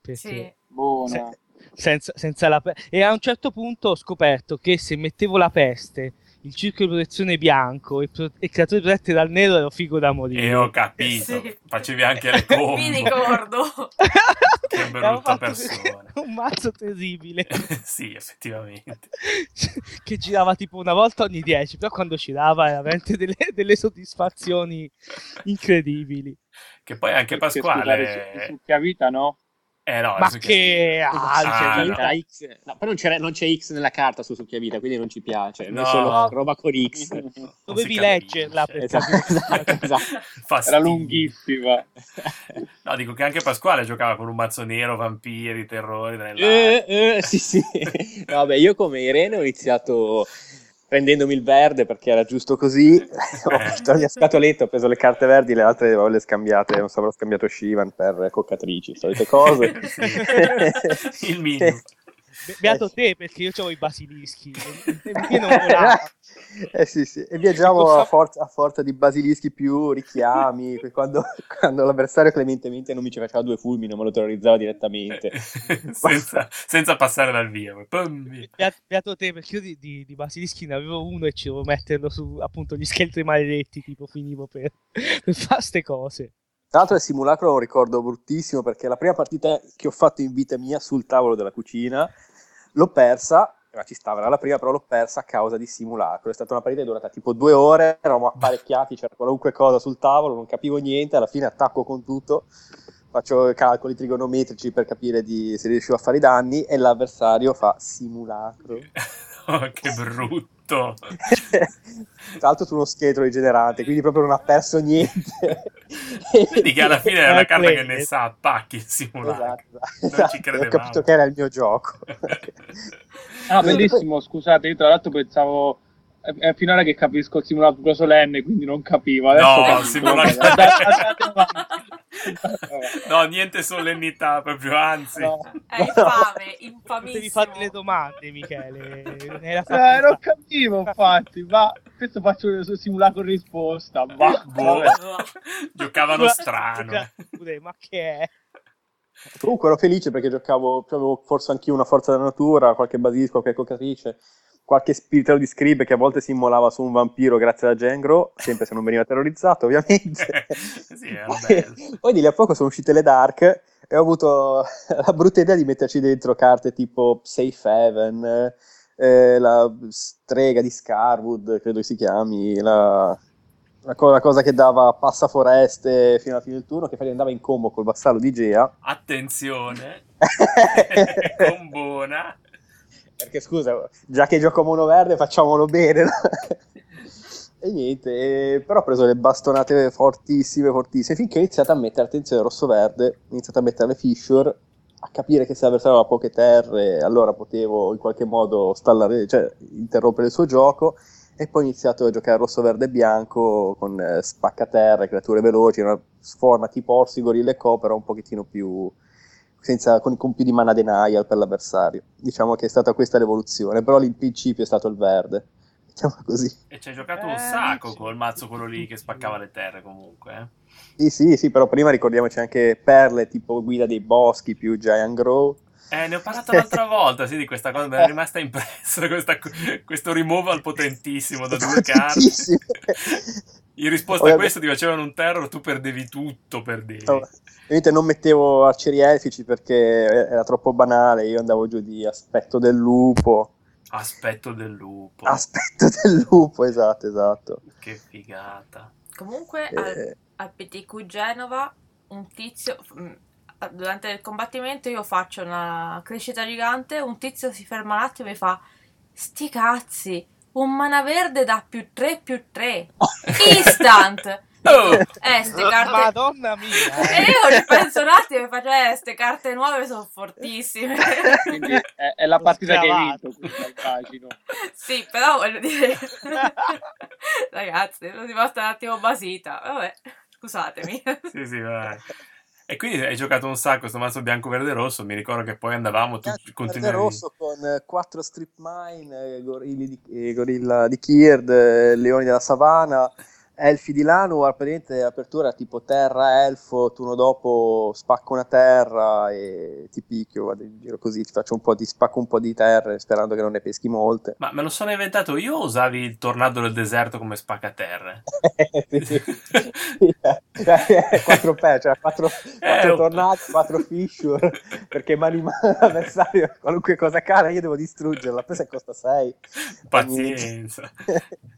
C: Perché
E: Sì.
B: Buona.
C: se- senza, senza la pe- e a un certo punto ho scoperto che se mettevo la peste, il circo di protezione bianco e, pro- e creature protette dal nero ero figo da morire.
A: E Eh, ho capito,
E: Sì.
A: facevi anche le
E: Mi
A: combo.
E: ricordo.
A: Che
C: Avevo
A: brutta
C: fatto
A: persona.
C: Un mazzo terribile
A: sì, effettivamente.
C: che girava tipo una volta ogni 10, però quando girava era veramente delle, delle soddisfazioni incredibili.
A: Che poi anche
B: Perché,
A: Pasquale...
B: scusate, su- Succhia vita, no?
A: Eh no,
C: Ma
A: adesso
C: che cioè,
A: Ah,
C: alce,
A: no.
C: dai.
F: X. No, poi non, c'era- non c'è X nella carta su Succhiavita, quindi non ci piace.
A: No.
F: Noi solo roba con X.
A: Non si
C: dovevi
A: capisce.
C: leggerla per
F: Esatto, esatto, esatto.
A: Fastidio.
B: Era lunghissima.
A: No, dico che anche Pasquale giocava con un mazzo nero, vampiri, terrori. delle-
F: Eh, eh, sì, sì. No, beh, io come Irene ho iniziato prendendomi il verde perché era giusto così. ho fatto la mia scatoletta, ho preso le carte verdi, le altre avevo le scambiate, non so, avrò scambiato Shivan per coccatrici, solite cose.
A: Sì. Il minimo.
C: Be- Beato te perché io avevo i basilischi. e- e- e non volava.
D: Eh sì, sì. E viaggiavo a forza, a forza di basilischi più richiami, que- quando, quando l'avversario clementemente non mi ci faceva due fulmini, ma lo terrorizzava direttamente.
A: senza, senza passare dal via. Pum, via.
C: Beato- Beato te perché io di, di- di basilischi ne avevo uno e ci dovevo metterlo su appunto gli scheletri maledetti. Tipo finivo per, per fare ste cose.
D: Tra l'altro il simulacro è un ricordo bruttissimo perché la prima partita che ho fatto in vita mia sul tavolo della cucina l'ho persa, ma ci stava, era la prima, però l'ho persa a causa di simulacro. È stata una partita che è durata tipo due ore, eravamo apparecchiati, c'era qualunque cosa sul tavolo, non capivo niente, alla fine attacco con tutto, faccio calcoli trigonometrici per capire di- se riuscivo a fare i danni e l'avversario fa simulacro.
A: Oh, che brutto.
D: Tra l'altro su uno scheletro rigenerante, quindi proprio non ha perso niente.
A: Vedi che alla fine è una
C: Eh,
A: carta che ne
C: quello.
A: sa a pacchi il simulacro.
D: Esatto,
A: Non
D: esatto,
A: ci
D: ho
A: credevamo.
D: capito che era il mio gioco.
B: Ah, bellissimo, scusate, io tra l'altro pensavo... È è finora che capisco il simulacro solenne, quindi non capivo. Adesso
A: No,
B: capisco.
A: il simulacro...
B: Andate- andate avanti.
A: no, niente solennità, proprio anzi.
B: No.
E: È infame,
C: Potevi
E: infamissimo.
C: farti le domande, Michele. ne era
B: Eh,
C: fatta-
B: non capivo, infatti, ma questo faccio il simulacro risposta, ma...
A: Boh.
B: vabbè.
A: Giocavano
C: Scusa-
A: strano.
C: Scusa, Ma che è?
D: Comunque ero felice perché giocavo, avevo forse anch'io una forza della natura, qualche basilisco, qualche cocatrice.
F: qualche spiritello di scribe che a volte si immolava su un vampiro grazie alla Gengro, sempre se non veniva terrorizzato ovviamente.
A: sì, era bello.
F: Poi di lì a poco sono uscite le dark e ho avuto la brutta idea di metterci dentro carte tipo Safe Haven, eh, la strega di Scarwood, credo che si chiami, la, la co- la cosa che dava passaforeste fino alla fine del turno, che poi andava in combo col vassallo di Gea.
A: Attenzione, combona.
F: Perché scusa, già che gioco a mono verde facciamolo bene. no? e niente, eh, però ho preso le bastonate fortissime, fortissime, finché ho iniziato a mettere attenzione rosso-verde, ho iniziato a mettere le fissure, a capire che se l'avversario aveva poche terre, allora potevo in qualche modo stallare, cioè interrompere il suo gioco. E poi ho iniziato a giocare rosso-verde e bianco con eh, spaccaterre, creature veloci, una forma tipo Orsi, Gorilla e Co, però un pochettino più, senza, con, con più di mana denial per l'avversario. Diciamo che è stata questa l'evoluzione, però il principio è stato il verde. Diciamo così.
A: E ci hai giocato un sacco col mazzo quello lì che spaccava le terre comunque. eh.
F: Sì, sì, sì, però prima ricordiamoci anche perle tipo guida dei boschi più Giant Grow.
A: Eh, ne ho parlato l'altra volta, sì, di questa cosa, mi è rimasta impressa questa- questo removal potentissimo da due carte.
F: Potentissimo.
A: In risposta a questo ti facevano un terror, tu perdevi tutto, perdevi.
F: Allora, Ovviamente non mettevo arcieri elfici perché era troppo banale, io andavo giù di aspetto del lupo.
A: Aspetto del lupo,
F: Aspetto del lupo, esatto, esatto.
A: che figata.
E: Comunque al,
F: Eh.
E: al PTQ Genova un tizio mm, durante il combattimento io faccio una crescita gigante, un tizio si ferma un attimo e mi fa "Sti cazzi, un mana verde da più 3 più 3". Instant.
A: Oh,
E: Eh, ste carte
C: Madonna mia!
E: E io ci penso un attimo e faccio, eh, ste carte nuove sono fortissime.
B: Quindi è, è la partita che hai
C: Scavato.
B: vinto, questa, immagino.
E: sì, però voglio dire, ragazzi, sono rimasta un attimo basita. Vabbè, scusatemi.
A: sì, sì, vai. E quindi hai giocato un sacco sto mazzo bianco, verde, rosso. Mi ricordo che poi andavamo tutti
F: Verde
A: continuavi.
F: rosso con eh, quattro strip mine, eh, gorilli di- eh, gorilla di Kird, eh, leoni della savana, elfi di Lanu, praticamente apertura tipo terra, elfo, turno dopo spacco una terra e ti picchio, vado in giro così, ti faccio un po' di spacco un po' di terre sperando che non ne peschi molte.
A: Ma me lo sono inventato io o usavi il tornado del deserto come spaccaterre?
F: Sì, sì. Eh, quattro pe, cioè quattro, quattro
A: Eh,
F: tornati, quattro fissure, perché mani in mano l'avversario, qualunque cosa cara io devo distruggerla, questa costa Eh, 6.
A: Pazienza.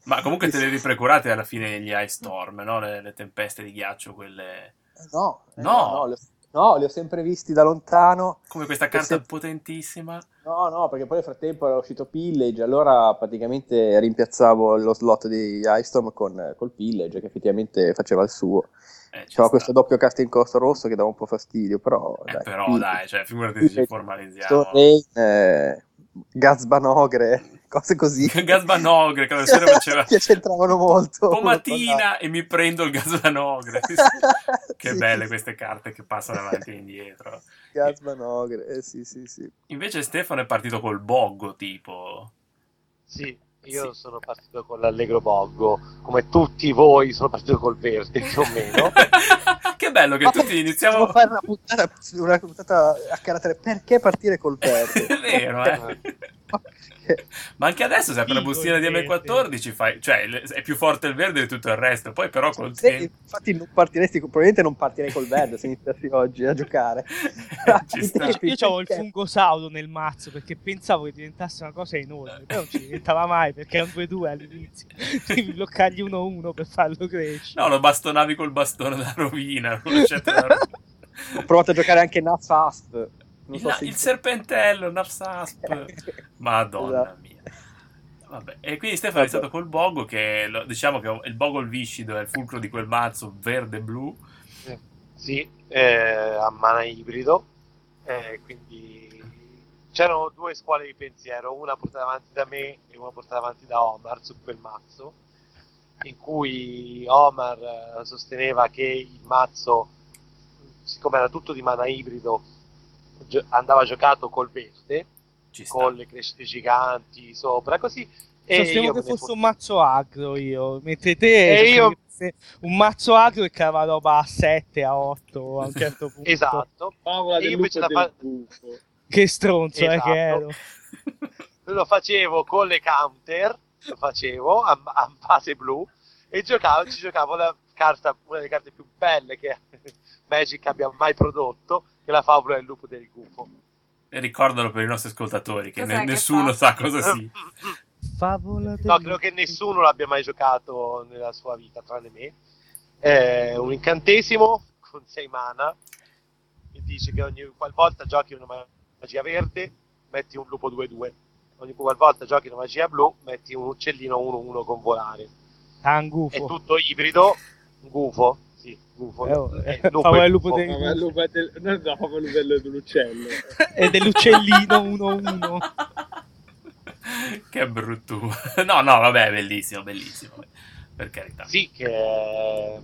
A: Ma comunque te le riprecurate alla fine gli ice storm, no? Le, le tempeste di ghiaccio, quelle...
F: No, eh,
A: No.
F: no, li ho- no, li ho sempre visti da lontano.
A: Come questa
F: Che
A: carta
F: se-
A: potentissima.
F: No, no, perché poi nel frattempo era uscito Pillage, allora praticamente rimpiazzavo lo slot di Icestorm con, col Pillage che effettivamente faceva il suo.
A: Eh, ci
F: C'era
A: sta.
F: questo doppio cast in costo rosso che dava un po' fastidio, però...
A: Eh, però
F: Pillage.
A: dai, cioè, figurati se
F: Pillage,
A: ci formalizziamo.
F: Storrain, eh, Gazbanogre, cose così.
A: Gasbanogre, che la sera faceva...
F: che c'entravano molto.
A: Pomatina e mi prendo il gasbanogre. che
F: Sì.
A: belle queste carte che passano avanti e indietro.
F: Gazbanogre, eh, sì, sì, sì.
A: Invece Stefano è partito col boggo, tipo...
G: Sì, io sono partito con l'Allegro Boggo, come tutti voi sono partito col verde più o meno.
A: che bello che
F: Ma
A: tutti iniziamo...
F: Possiamo fare una puntata, una puntata a carattere perché partire col verde?
A: È vero, eh. Ma anche adesso, se apri la
G: Figo
A: bustina di
G: il
A: M14, fai, cioè, le- è più forte il verde di tutto il resto. Poi, però, col
F: Se-
A: tempo
F: infatti non partiresti, probabilmente non partirei col verde se iniziassi oggi a giocare.
A: ci sta.
C: Io, io avevo il fungosauro nel mazzo perché pensavo che diventasse una cosa enorme, però non ci diventava mai perché è un 2-2 all'inizio. Devi bloccargli 1-1 per farlo crescere.
A: No, lo bastonavi col bastone da rovina. lo lasciate da rovina.
F: Ho provato a giocare anche Nuts Asp. Non
A: il,
F: so se
A: il serpentello, Nafsasp. Madonna
F: Esatto.
A: mia. Vabbè, E quindi Stefano è
F: Vabbè.
A: stato col Bogo, che lo- diciamo che il Bogo il viscido è il fulcro di quel mazzo verde-blu.
G: Sì, eh, a mana ibrido, eh, quindi c'erano due scuole di pensiero, una portata avanti da me e una portata avanti da Omar su quel mazzo, in cui Omar eh, sosteneva che il mazzo, siccome era tutto di mana ibrido, gio- andava giocato col verde,
A: Ci sta.
G: con le crescite giganti sopra, così.
C: Sostenevo
G: io
C: Cioè, che
G: me ne
C: fosse un
G: fottevo.
C: mazzo agro io, mentre te
G: E io-
C: sostenevi che fosse un mazzo agro e cava roba a 7, a 8 a un certo punto.
G: Esatto.
B: Favola
G: E
B: del
G: io
B: lupo
G: invece
B: e
G: la
B: del
G: fa-
B: gufo.
C: Che stronzo eh,
G: Esatto.
C: che ero.
G: lo facevo con le counter, lo facevo a, a base blu e giocavo, ci giocavo la carta, una delle carte più belle che Magic abbia mai prodotto, che è la favola del lupo del gufo.
A: E ricordalo per i nostri ascoltatori, che
E: Cos'è
A: ne-
E: che
A: nessuno sa
E: fa?
A: cosa sia.
C: Favola del-
G: No, credo che nessuno l'abbia mai giocato nella sua vita, tranne me. È un incantesimo con 6 mana che dice che ogni qualvolta giochi una ma- magia verde, metti un lupo 2-2. Ogni qualvolta giochi una magia blu, metti un uccellino 1-1 con volare.
C: Ah, un gufo.
G: È tutto ibrido, un gufo. Sì, gufo.
C: Eh, oh,
G: Eh,
C: eh, favore al lupo
G: gufo.
C: del-
B: Favello del- no, no, favello dell'uccello.
C: E dell'uccellino 1-1.
A: che bruttura. No, no, vabbè, è bellissimo, bellissimo. Per carità.
G: Sì, che eh,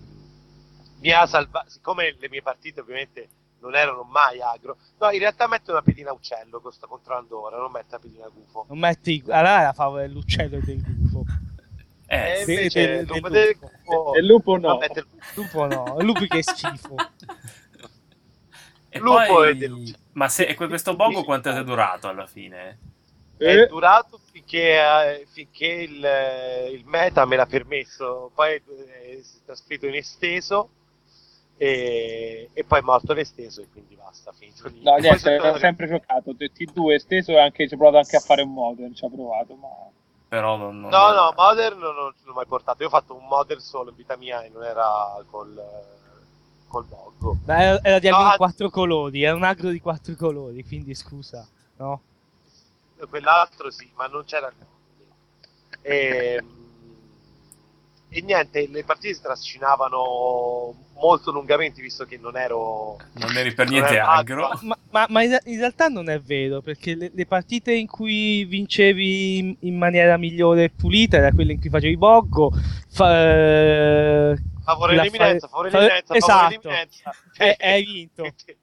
G: mi ha salvato. Siccome le mie partite ovviamente non erano mai agro, no, in realtà metto una pedina uccello che sto controllando ora, non metto una pedina gufo.
C: Non metti... Allora la favola dell'uccello e del gufo.
A: Eh,
G: e
C: sì,
G: invece
C: del-
G: il lupo
C: del
G: del
C: lupo.
G: gufo.
B: E il
C: Oh,
B: lupo no.
G: vabbè, del-
C: Lupo no, lupi che schifo.
A: E
G: Lupo
A: poi-
G: e deluxe.
A: Ma se, e que- questo bongo quanto è durato alla fine?
G: È
B: Eh,
G: durato finché, eh, finché il, eh, il meta me l'ha permesso, poi eh, si è trasferito in esteso e, e poi è morto l'esteso e quindi basta, finito lì.
B: No,
G: E poi sono
B: niente, ho
G: tornato-
B: sempre giocato TT2 esteso e anche ci ho provato anche a fare un modern, ci ho provato, ma
A: Però non, non-
G: No, no, Modern non, non l'ho mai portato. Io ho fatto un Modern solo in vita mia e non era col, eh, col Boggo.
C: Ma era, era di almeno
G: No,
C: quattro colori, era un agro di quattro colori, quindi scusa, no?
G: Quell'altro sì, ma non c'era il Boggo. E, e niente, le partite si trascinavano molto lungamente visto che non ero...
A: non eri per niente
G: Eh,
A: agro.
G: ah,
C: Ma, ma- ma in, re- in realtà non è vero, perché le, le partite in cui vincevi in, in maniera migliore e pulita era quelle in cui facevi boggo, fa- eh,
G: Favore
C: la-
G: l'imminenza, favore
C: fa-
G: l'imminenza,
C: esatto.
G: favore l'imminenza.
C: E- e hai vinto. non
G: C'è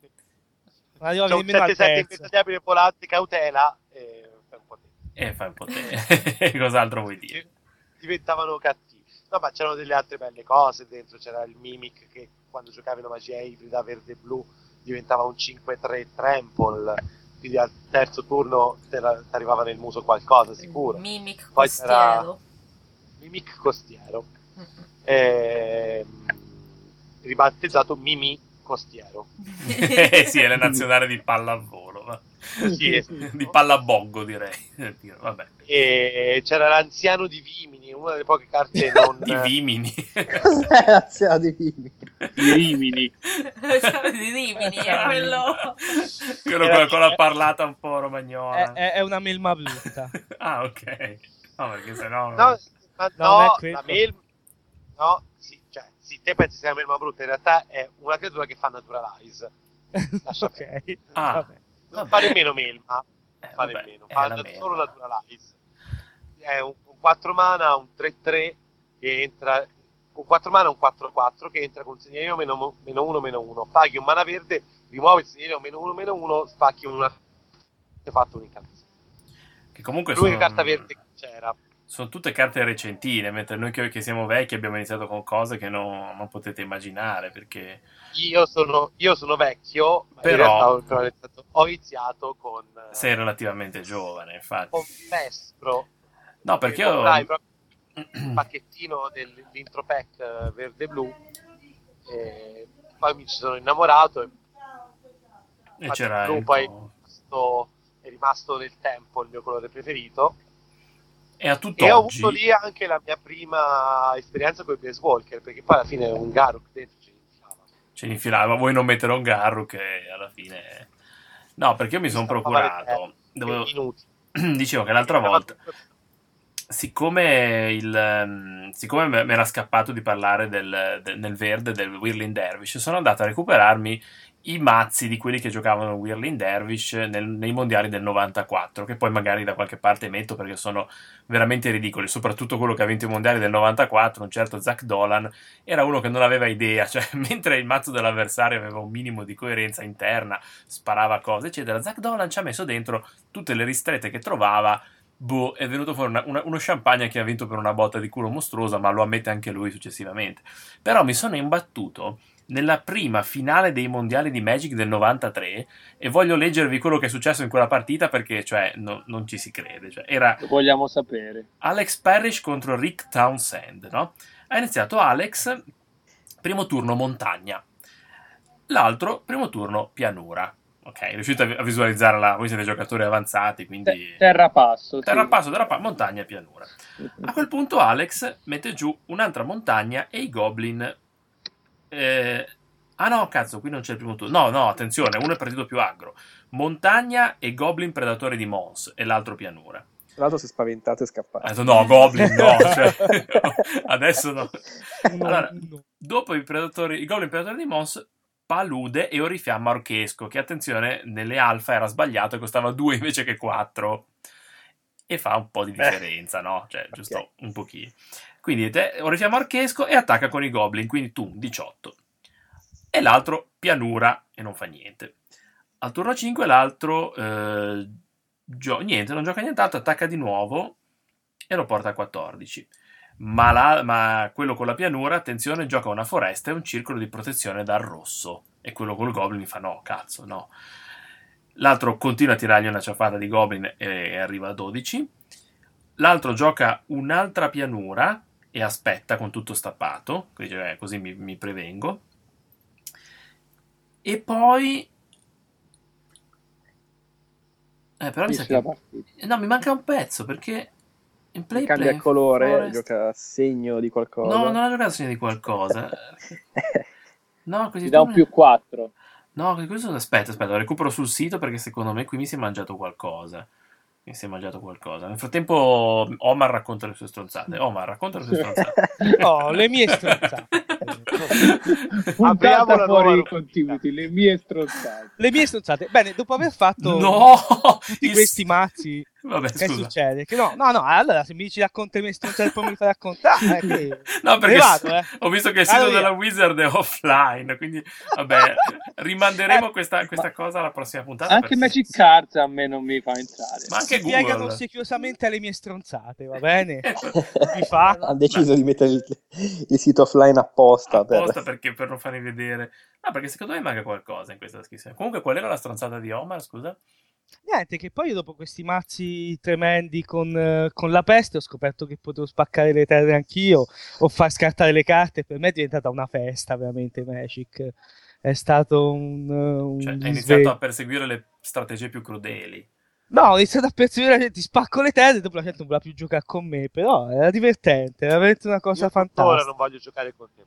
C: arrivavi
G: Cioè, un
C: nemmeno al
G: 7-7
C: terzo.
G: impenetrabile volante, cautela. E... fai un po' di-
A: E fai un po' te. Cos'altro vuoi dire?
G: diventavano cattivi. No, ma c'erano delle altre belle cose dentro. C'era il Mimic che quando giocavi la magia ibrida verde e blu diventava un 5-3 Trample. Quindi al terzo turno ti arrivava nel muso qualcosa, sicuro.
E: Mimic
G: Poi sarà-
E: costiero.
G: Mimic costiero.
E: Mm-mm.
G: Ehm, ribattezzato Mimi costiero.
A: Eh, sì, è la nazionale di pallavolo.
G: Sì, esatto.
A: Di pallabongo, direi. Eh, Vabbè.
G: E c'era l'anziano di Vimini, una delle poche carte non...
A: Di Vimini.
D: Cos'è la zia di Vimini?
B: di Rimini.
E: di Rimini, eh. è quello.
A: Quello con, con
G: Eh,
A: la parlata un po'
C: È,
A: romagnola.
C: è- è una melma brutta.
A: ah, ok. No, perché sennò...
G: eh. No, ma
C: No, non è
G: no,
C: quello.
G: la melma. No, sì, cioè, sì, te pensi sia una melma brutta, in realtà è una creatura che fa naturalize. Lascia perdere.
C: ok.
A: Ah.
C: Vabbè.
G: Non fare meno melma,
A: Eh,
G: fare
A: vabbè,
G: meno,
A: è
G: fa
A: la
G: solo
A: merda.
G: naturalize. È un, un 4 mana, un 3-3 che entra. Con 4 mana un 4-4 che entra con segnalino meno, meno 1 meno 1. Paghi un mana verde, rimuovi il segnalino meno 1 meno 1, spacchi un artefatto un incantesimo.
A: Che comunque sono...
G: L'unica carta verde che c'era.
A: sono tutte carte recentine, mentre noi che, che siamo vecchi abbiamo iniziato con cose che non, non potete immaginare, perché
G: Io sono, io sono vecchio, ma
A: Però-
G: in realtà ho, però ho iniziato- ho iniziato con, eh,
A: sei relativamente giovane, infatti.
G: con Mestro.
A: No, perché
G: Che
A: io...
G: comprai proprio il pacchettino dell'intro pack eh, verde-blu. E poi mi ci sono innamorato e
A: E c'era
G: blu,
A: il-
G: poi è rimasto, è rimasto nel tempo il mio colore preferito.
A: E a
G: E ho
A: tutt'oggi...
G: avuto lì anche la mia prima esperienza con i Blaze Walker, perché poi alla fine un Garuk dentro ci infilava.
A: ce li infilava. Vuoi non mettere un Garru che alla fine. No, perché io mi sono
G: Stampava le
A: procurato. Dovevo-
G: Inutile.
A: Mm, Dicevo che l'altra
G: Stava
A: volta,
G: tutto-
A: siccome, il, ehm, siccome me me era scappato di parlare del, del- nel verde del Whirling Dervish, sono andato a recuperarmi i mazzi di quelli che giocavano Whirling Dervish nel- nei mondiali del 94, che poi magari da qualche parte metto perché sono veramente ridicoli, soprattutto quello che ha vinto i mondiali del 94, un certo Zach Dolan, era uno che non aveva idea, cioè mentre il mazzo dell'avversario aveva un minimo di coerenza interna, sparava cose, eccetera, Zach Dolan ci ha messo dentro tutte le ristrette che trovava, boh, è venuto fuori una- una- uno champagne che ha vinto per una botta di culo mostruosa, ma lo ammette anche lui successivamente. Però mi sono imbattuto nella prima finale dei mondiali di Magic del 93 e voglio leggervi quello che è successo in quella partita perché cioè, no- non ci si crede. Cioè, era
B: Lo vogliamo sapere.
A: Alex Parrish contro Rick Townsend, no? Ha iniziato Alex, primo turno montagna, l'altro primo turno pianura. Ok, riuscite a vi- a visualizzare la... Voi siete giocatori avanzati, quindi...
B: Te- Terrapasso. sì.
A: Terrapasso, terrapasso, montagna e pianura. A quel punto Alex mette giù un'altra montagna e i goblin... eh, Ah no, cazzo, qui non c'è il primo turno. No, no, attenzione, uno è partito più agro. Montagna e goblin predatore di Mons e l'altro pianura.
F: Tra l'altro si è spaventato e è
A: Ha
F: scappato.
A: detto, no, Goblin no, cioè, adesso no.
C: No,
A: Allora,
C: no.
A: Dopo i, predatori, i Goblin Predatori di Mons, Palude e Orifiamma Orchesco, che attenzione, nelle alfa era sbagliato e costava 2 invece che 4. E fa un po' di differenza, no? Cioè, giusto un pochino. Quindi te, Orifiamma Orchesco e attacca con i Goblin, quindi tu 18. E l'altro pianura e non fa niente. Al turno 5 l'altro eh, gio- niente, non gioca nient'altro, attacca di nuovo e lo porta a 14. Ma, la- ma quello con la pianura, attenzione, gioca una foresta e un circolo di protezione dal rosso. E quello col goblin fa no, cazzo, no. L'altro continua a tirargli una ciaffata di goblin e arriva a 12. L'altro gioca un'altra pianura e aspetta con tutto stappato, quindi dice, "Eh, così mi, mi prevengo. E poi... Eh, però mi sa
B: Finisce
A: che
B: la partita.
A: No, mi manca un pezzo perché in play
F: Cambia
A: play
F: colore,
A: forest-
F: gioca a segno di qualcosa.
A: No, non ha giocato segno di qualcosa. No, così
B: Ti dà un più 4.
A: No, che questo aspetta, aspetta, lo recupero sul sito perché secondo me qui mi si è mangiato qualcosa. Mi si è mangiato qualcosa. Nel frattempo Omar racconta le sue stronzate. Omar racconta le sue stronzate.
C: Oh, le mie stronzate.
G: Apriamo
B: Puntata
G: la
B: fuori
G: nuova
B: i contenuti, le mie stronzate.
C: Le mie stronzate. Bene, dopo aver fatto
A: No!
C: tutti
A: Il-
C: questi mazzi,
A: Vabbè,
C: che
A: scusa.
C: succede? Che no, no, no, allora se mi dici racconta le mie stronzate poi mi fai raccontare. eh, che-
A: No, perché Oh,
C: Ne vado, eh.
A: ho visto che il sito
C: Vado via.
A: della Wizard è offline, quindi vabbè,
C: Eh,
A: rimanderemo questa, questa cosa alla prossima puntata.
B: Anche
A: perché-
B: Magic Cards a me non mi fa entrare.
A: Ma anche
C: si piegano
A: Google.
C: secchiosamente alle mie stronzate, va bene?
A: Eh,
C: Mi fa?
F: ha deciso di mettere il, il sito offline apposta,
A: apposta
F: per...
A: perché per non farmi vedere. No, perché secondo me manca qualcosa in questa descrizione. Comunque, qual era la stronzata di Omar? Scusa.
C: Niente, che poi io dopo questi mazzi tremendi con, eh, con la peste ho scoperto che potevo spaccare le terre anch'io o far scartare le carte. Per me è diventata una festa veramente Magic. È stato un... eh, un
A: Cioè, hai
C: risveglio.
A: iniziato a perseguire le strategie più crudeli.
C: No, ho iniziato a perseguire la gente, spacco le tende, dopo la gente non voleva più giocare con me, però era divertente, era veramente una cosa
G: Io tuttora
C: fantastica.
G: non voglio giocare con te.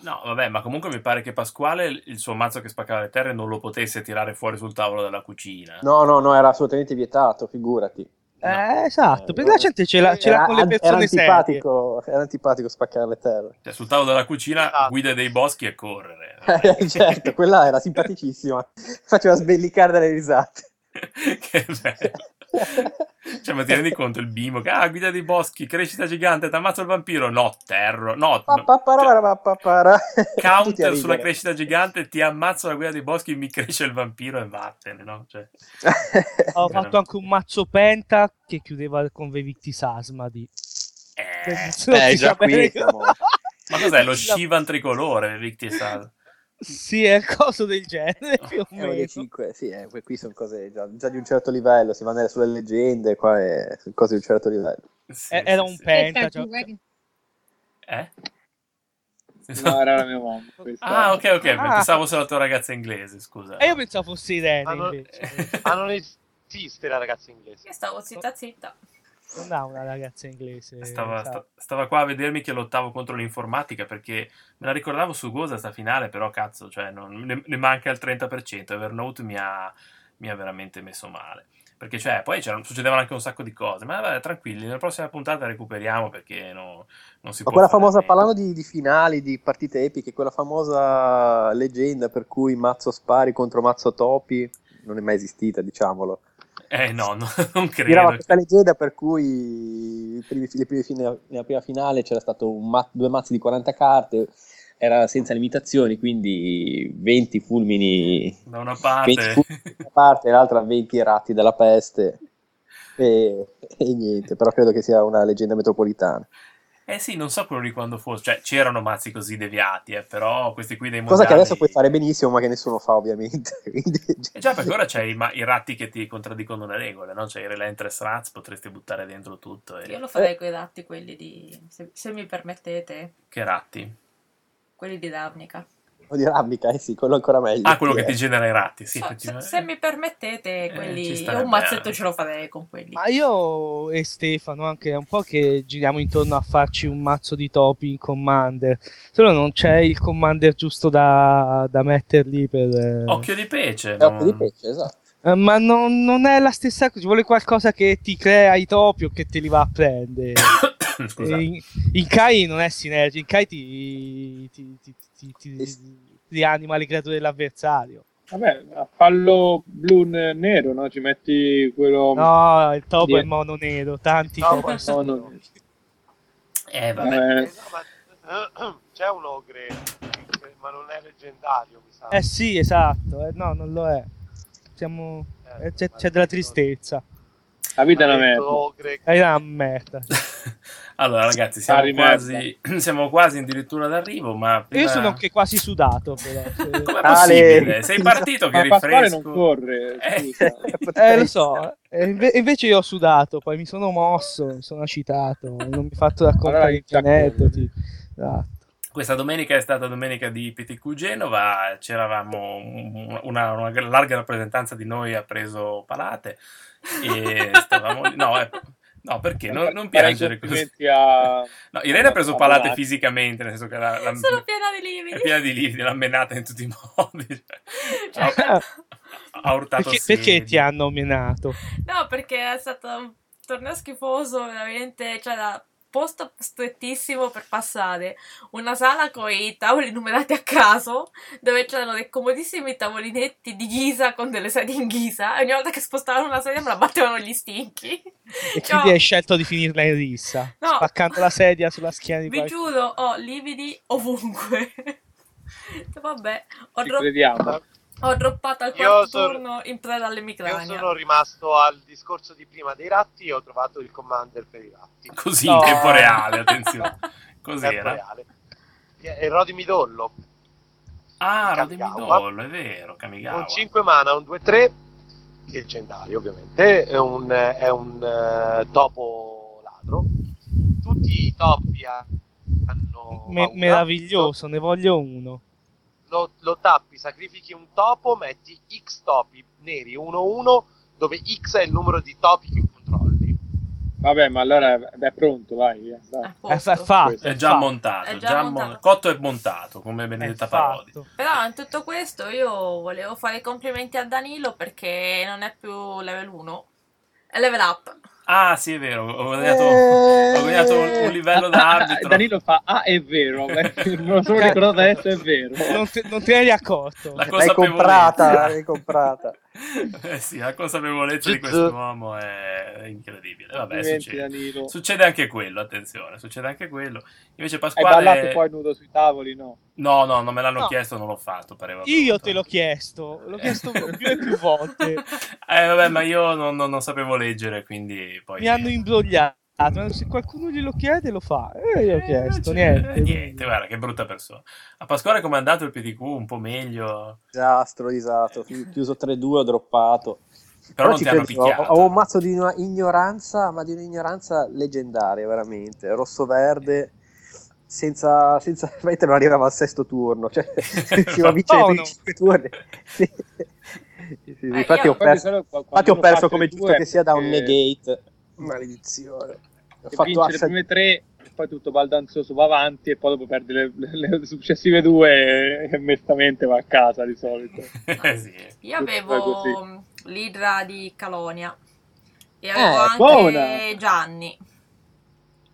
A: No, vabbè, ma comunque mi pare che Pasquale il suo mazzo che spaccava le terre non lo potesse tirare fuori sul tavolo della cucina.
F: No, no, no, era assolutamente vietato, figurati.
C: Eh, esatto, perché la gente ce l'ha, ce l'ha
F: Era,
C: con le
F: an- era
C: persone serie.
F: antipatico, era antipatico spaccare le terre.
A: Cioè, sul tavolo della cucina,
G: Esatto.
A: guida dei boschi e correre.
F: certo, quella era simpaticissima. Faceva sbellicare dalle risate.
A: che bello. Cioè, ma ti rendi conto il bimbo che ah, guida dei boschi, crescita gigante, t'ammazzo il vampiro. No, terro, no.
F: Papaparaparapapara. Tutti a
A: counter
F: ridere.
A: sulla crescita gigante, ti ammazzo la guida dei boschi, mi cresce il vampiro e vattene, no? Cioè,
C: Ho
A: veramente.
C: fatto anche un mazzo penta che chiudeva con Vevictis Asmadi.
A: eh,
F: Eh, già qui siamo-
A: ma cos'è lo Shivan tricolore, Victor Sal?
C: Sì, è cosa del genere, più o
F: Eh, voglio
C: meno.
F: 5, sì, eh, que- qui sono cose già, già di un certo livello, si va a andare sulle leggende, qua è sono cose di un certo livello.
A: Sì,
C: Eh, Era
A: sì,
C: un
A: sì.
C: penta.
H: Aspetta,
C: cioè-
H: guarda.
A: Eh?
B: No, era la mia mamma. questa.
A: Ah, ok, ok,
C: Ah.
A: pensavo se la tua ragazza inglese, scusa.
C: E io pensavo fosse Irene,
G: Ah, no.
C: invece.
G: Ma non esiste la ragazza inglese.
E: Io stavo zitta zitta.
C: Non ha una ragazza inglese. cioè,
A: Stava,
C: sa.
A: sta- stava qua a vedermi che lottavo contro l'informatica perché me la ricordavo su Goza sta finale, però cazzo, cioè, non- ne, ne manca il 30%. Evernote mi ha, mi ha veramente messo male. Perché cioè, poi c'erano- succedevano anche un sacco di cose, ma vabbè, tranquilli, nella prossima puntata recuperiamo perché no- non si
F: Ma
A: può...
F: quella
A: fare
F: famosa,
A: niente.
F: parlando di, di finali, di partite epiche, quella famosa leggenda per cui mazzo spari contro mazzo topi, non è mai esistita, diciamolo.
A: Eh no, no, non credo.
F: Girava questa leggenda per cui i primi- le prime fine- nella prima finale c'era stato un ma- due mazzi di 40 carte, era senza limitazioni, quindi 20 fulmini
A: Da una
F: 20
A: parte...
F: fulmini da una parte e l'altra 20 ratti della peste. E, e niente, però credo che sia una leggenda metropolitana.
A: Eh sì, non so quello di quando fosse, cioè c'erano mazzi così deviati, eh, però questi qui dei mondiali...
D: Cosa che adesso puoi fare benissimo, ma che nessuno fa ovviamente. Quindi-
F: cioè,
A: Eh già, perché ora c'è i, ma- i ratti che ti contraddicono le regole, no? C'è i relentless rats, potresti buttare dentro tutto. E...
E: Io lo farei coi dati quelli di. Se, se mi permettete,
A: Che ratti?
E: quelli di Davnica.
D: O di Ravnica, eh sì, quello ancora meglio.
A: Ah, quello
D: Eh.
A: che ti genera i ratti, sì,
E: So- se,
A: effettivamente.
E: se mi permettete,
A: Eh, ci
E: quelli.
A: starebbe
E: io un mazzetto
A: anche.
E: ce lo farei con quelli.
C: Ma io e Stefano anche è un po' che giriamo intorno a farci un mazzo di topi in commander. Solo non c'è il commander giusto da, da metterli per. eh.
A: Occhio di pece.
D: Eh, occhio
A: non-
D: di pece, esatto.
C: Eh, ma non, non è la stessa cosa. Ci vuole qualcosa che ti crea i topi o che te li va a prendere.
A: Scusa.
C: Eh, In, in Kai non è sinergia, in Kai ti, ti, ti, ti, ti- rianima le creature dell'avversario.
B: Vabbè, a fallo blu n- nero, no? Ci metti quello...
C: No, il topo è
B: Dietro.
C: mono nero, tanti topi.
G: No, poi-
B: No, no.
A: Eh, vabbè.
B: Eh,
G: Eh, no, ma- eh, c'è un ogre, che- ma non è leggendario, mi sa.
C: Eh sì, esatto, eh, no, non lo è. Siamo...
G: Eh,
C: eh, c'è,
G: ma-
C: c'è della tristezza.
B: la vita è una
G: Ha detto
B: merda.
G: ogre,
C: È una merda.
A: allora, ragazzi, siamo
B: Pari
A: quasi, siamo quasi addirittura d'arrivo, ma prima...
C: Io sono anche quasi sudato, però. Ah, se-
A: Com'è
D: Ale.
A: possibile? Sei partito che
B: Ma Pasquale non
A: rifresco...
B: corre,
A: Eh.
B: scusa.
C: Eh, lo so, eh, inve- invece io ho sudato, poi mi sono mosso, mi sono agitato, non mi ho fatto
B: Allora,
C: raccontare gli
B: già corri.
C: aneddoti. Esatto.
A: Questa domenica è stata domenica di PTQ Genova, c'eravamo un- una, una larga rappresentanza di noi ha preso palate e stavamo lì. No, eh, no, perché? Non, non
B: Fare i
A: piangere così.
B: complimenti a-
A: No, Irene ha preso
B: a
A: palate
B: Bonacci.
A: fisicamente, nel senso che la- la-
E: Sono piena di lividi.
A: è piena di lividi, l'ha menata in tutti i modi.
E: Cioè,
C: Ah,
A: ha, ha urtato
C: Perché, perché
A: sedie.
C: ti hanno omenato?
E: No, perché è stato un torneo schifoso, veramente, cioè da posto strettissimo per passare, una sala con i tavoli numerati a caso, dove c'erano dei comodissimi tavolinetti di ghisa con delle sedie in ghisa, e ogni volta che spostavano una sedia me la battevano gli stinchi.
C: E
E: Cioè,
C: quindi hai scelto di finirla in rissa,
E: No.
C: spaccando la sedia sulla schiena di
E: vi
C: qualcuno.
E: giuro, ho lividi ovunque. Vabbè, ho,
B: Ci
E: dro-
B: crediamo.
E: ho droppato al
G: Eh, Io
E: quarto
G: sono-
E: turno in preda alle
G: io
E: migrania.
G: sono rimasto al discorso di prima dei ratti e ho trovato il commander per i ratti.
A: Così,
C: No.
A: in tempo reale, attenzione.
G: Tempo
A: Cos'era?
G: reale. E Rodi Midollo,
A: Ah,
G: Kamigawa.
A: Rodemidollo, è vero, Kamigawa.
G: un 5 mana, un 2-3, che è leggendario ovviamente, è un, è un, eh, topo ladro. Tutti i topi ha- hanno...
C: Me-
G: paura.
C: meraviglioso, ne voglio uno.
G: Lo, lo tappi, sacrifichi un topo, metti X topi neri 1-1, dove X è il numero di topi che controlli.
B: Vabbè, ma allora beh, è pronto, vai. via,
E: A
A: Ah,
B: dai.
C: È, fa-
E: posto.
C: fatto.
A: È già
C: fatto,
A: montato,
E: È
A: già
E: già
A: mon-
E: montato.
A: cotto e montato, come
C: è
A: Benedetta Parodi.
C: fatto.
E: Però in tutto questo io volevo fare i complimenti a Danilo perché non è più level 1, è level up.
A: Ah, sì, è vero, ho guadagnato,
D: Eh.
A: ho guadagnato un, un livello
B: Ah,
A: da
B: ah,
A: arbitro.
B: Danilo fa, ah, è vero, beh, me lo sono ricordato adesso, è vero.
C: Non te, non te ne eri accorto.
A: La
D: Esatto. L'hai comprata,
A: consapevolezza-
D: l'hai comprata.
A: Eh sì, la consapevolezza
D: Zuzu.
A: di questo uomo è incredibile. Vabbè,
B: Complimenti,
A: succede.
B: Danilo.
A: Succede anche quello, attenzione, succede anche quello.
C: Eh,
A: Invece
B: Hai
A: Pasquale...
B: ballato poi nudo sui tavoli, no?
A: No, no, non me l'hanno
C: No.
A: chiesto, non l'ho fatto, pareva
C: Io
A: brutto.
C: te l'ho chiesto, l'ho
A: Eh.
C: chiesto più e più volte.
A: Eh vabbè, ma io non, non- non sapevo leggere, quindi poi...
C: Mi hanno imbrogliato. ma Se qualcuno glielo chiede, lo fa. E io ho
A: Eh,
C: chiesto,
A: cioè,
C: niente.
A: eh, niente, guarda che brutta persona. A Pasquale come è andato il PTQ? Un po' meglio.
D: Disastro, disastro. Chi- Chiuso 3-2, ho droppato.
A: Però non ti hanno
D: credevo,
A: picchiato.
D: Avevo un mazzo di una ignoranza, ma di un'ignoranza leggendaria, veramente. Rosso-verde, senza, senza veramente non arrivava al sesto turno. Cioè, si va a vincere
C: Tono.
D: in 5 turni. Sì. Sì, sì,
E: Ma
D: infatti,
E: io-
D: ho perso,
B: Infatti ho
D: infatti ho perso come giusto che sia da un negate. Maledizione. Ho
B: Che
D: fatto
B: vince le
D: asset
B: prime tre, e poi tutto baldanzoso va avanti, e poi dopo perde le, le- le successive due, e mestamente va a casa di solito.
A: Eh, sì.
E: Io
B: Tutto è
E: avevo
B: così.
E: l'idra di Calonia
D: Eh,
E: e avevo anche
B: buona.
E: Gianni.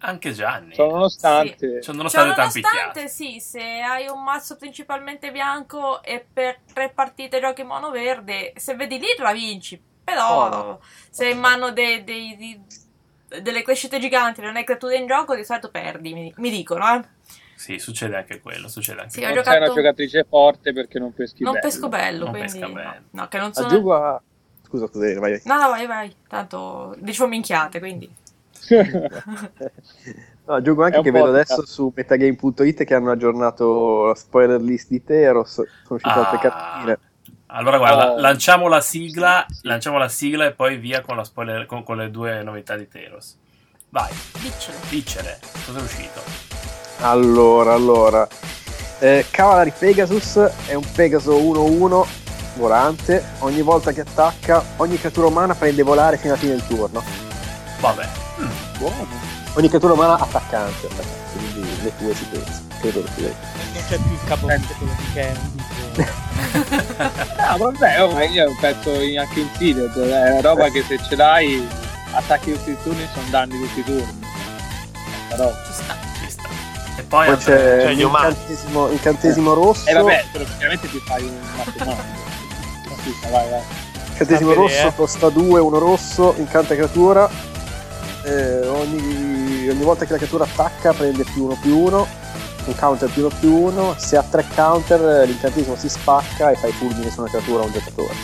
A: Anche Gianni.
B: Cioè, nonostante,
A: Cioè, nonostante
E: Cioè,
A: t'han
E: nonostante
A: picchiato.
E: sì, se hai un mazzo principalmente bianco e per tre partite giochi mono verde, se vedi lì la vinci, però
D: Oh, no.
E: se è in mano de- dei- di- delle crescite giganti non hai creature in gioco, di solito perdi, mi, mi dicono, eh.
A: Sì, succede anche quello, succede anche
E: Sì,
A: quello.
E: ho
B: non
E: giocato-
B: sei una giocatrice forte perché non peschi
E: Non
B: bello.
E: pesco bello,
A: Non
E: quindi
A: pesca
E: no.
A: bello.
E: No, che non sono...
D: Aggiungo a... Scusa, scusate, vai.
E: No, no, vai, vai, tanto dicevo minchiate, quindi...
F: No, aggiungo anche
B: È un
F: che vedo
B: podcast.
F: adesso su metagame.it che hanno aggiornato la spoiler list di Teros. Sono uscite
G: Ah.
F: altre cartine.
A: Ah, Allora, guarda,
B: Oh.
A: lanciamo la sigla, lanciamo la sigla e poi via con, la spoiler, con, con le due novità di Teros. Vai,
E: Diccelo.
A: vincere, cosa è uscito?
F: Allora, allora. Eh, Cavalry Pegasus è un Pegaso 1-1 volante. Ogni volta che attacca, ogni creatura umana prende volare fino alla fine del turno.
A: Vabbè, Mm,
F: Ogni creatura umana attaccante. attaccante, Quindi le tue si pensa. Credo le
G: Eh,
F: tue.
C: Non c'è più il capovolto quello di Candy.
B: Ah, vabbè, oh, ma io penso in- anche in seeded, è una roba che se ce l'hai attacchi tutti i turni sono danni tutti i turni. Però,
A: ci sta, ci sta. E poi,
F: Poi c'è
G: Cioè, gli umani. Eh,
F: l'incantesimo, incantesimo rosso.
B: e vabbè, però sicuramente ti fai un matematico. Ma sì, vai, vai.
F: Incantesimo
C: Vabbè,
F: rosso
C: eh.
F: costa 2, uno rosso, incanta creatura. Eh, ogni, ogni volta che la creatura attacca prende più uno più uno, un counter più uno più uno. Se ha tre counter eh, l'incantesimo si spacca e fai fulmine su una creatura o un giocatore.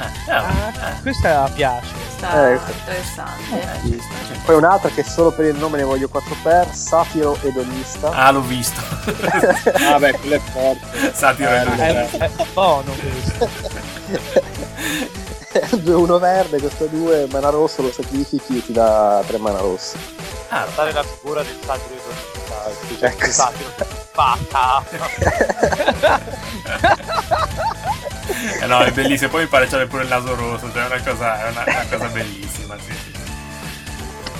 A: eh, eh, vabbè, eh,
C: Questa piace.
E: Sta
F: Eh,
E: interessante.
A: eh, ci sta, ci sta.
F: Poi un'altra che solo per il nome ne voglio 4 per, satiro edonista.
A: Ah, l'ho visto.
B: Ah, beh, quello è forte.
A: Satiro
B: Eh,
A: e lui.
C: È, è buono questo.
F: eh. 2-1 verde, costa 2, mana rosso, lo sacrifichi e ti dà 3 mana rosse.
A: Ah,
G: Fare la figura del satiro
F: Ecco,
G: di
F: sì.
G: Cioè, il satiro fatta.
A: eh no, è bellissimo. Poi mi pare c'è pure il naso rosso, cioè è una cosa, è una, una cosa bellissima. sì, sì, sì.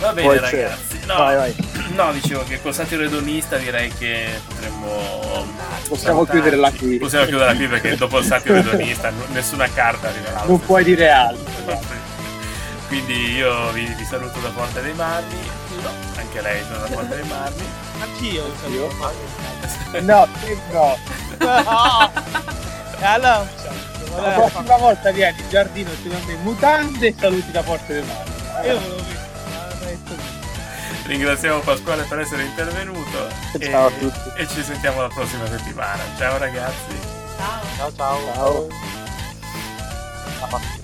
A: Va bene,
F: Poi c'è-
A: ragazzi. No,
F: Vai, vai.
A: no, dicevo che col satiro edonista direi che potremmo.
B: Possiamo chiuderla qui.
A: Possiamo chiuderla qui perché dopo il satiro edonista n- nessuna carta arriverà.
B: Non puoi dire altro.
A: Quindi io vi, vi saluto da Porta dei Marmi. No, anche lei sono da Porta dei Marmi.
C: Anch'io.
B: Io? No, te no.
C: No. E allora non c'è.
B: La
C: Vabbè,
B: prossima volta vieni in giardino insieme a me, mutande e saluti da forte del mare.
C: Io volevo vedere.
A: Ringraziamo Pasquale per essere intervenuto. e-
F: Ciao a tutti.
A: E ci sentiamo la prossima settimana. Ciao ragazzi.
E: Ciao.
G: Ciao ciao.
F: Ciao.
G: La passione.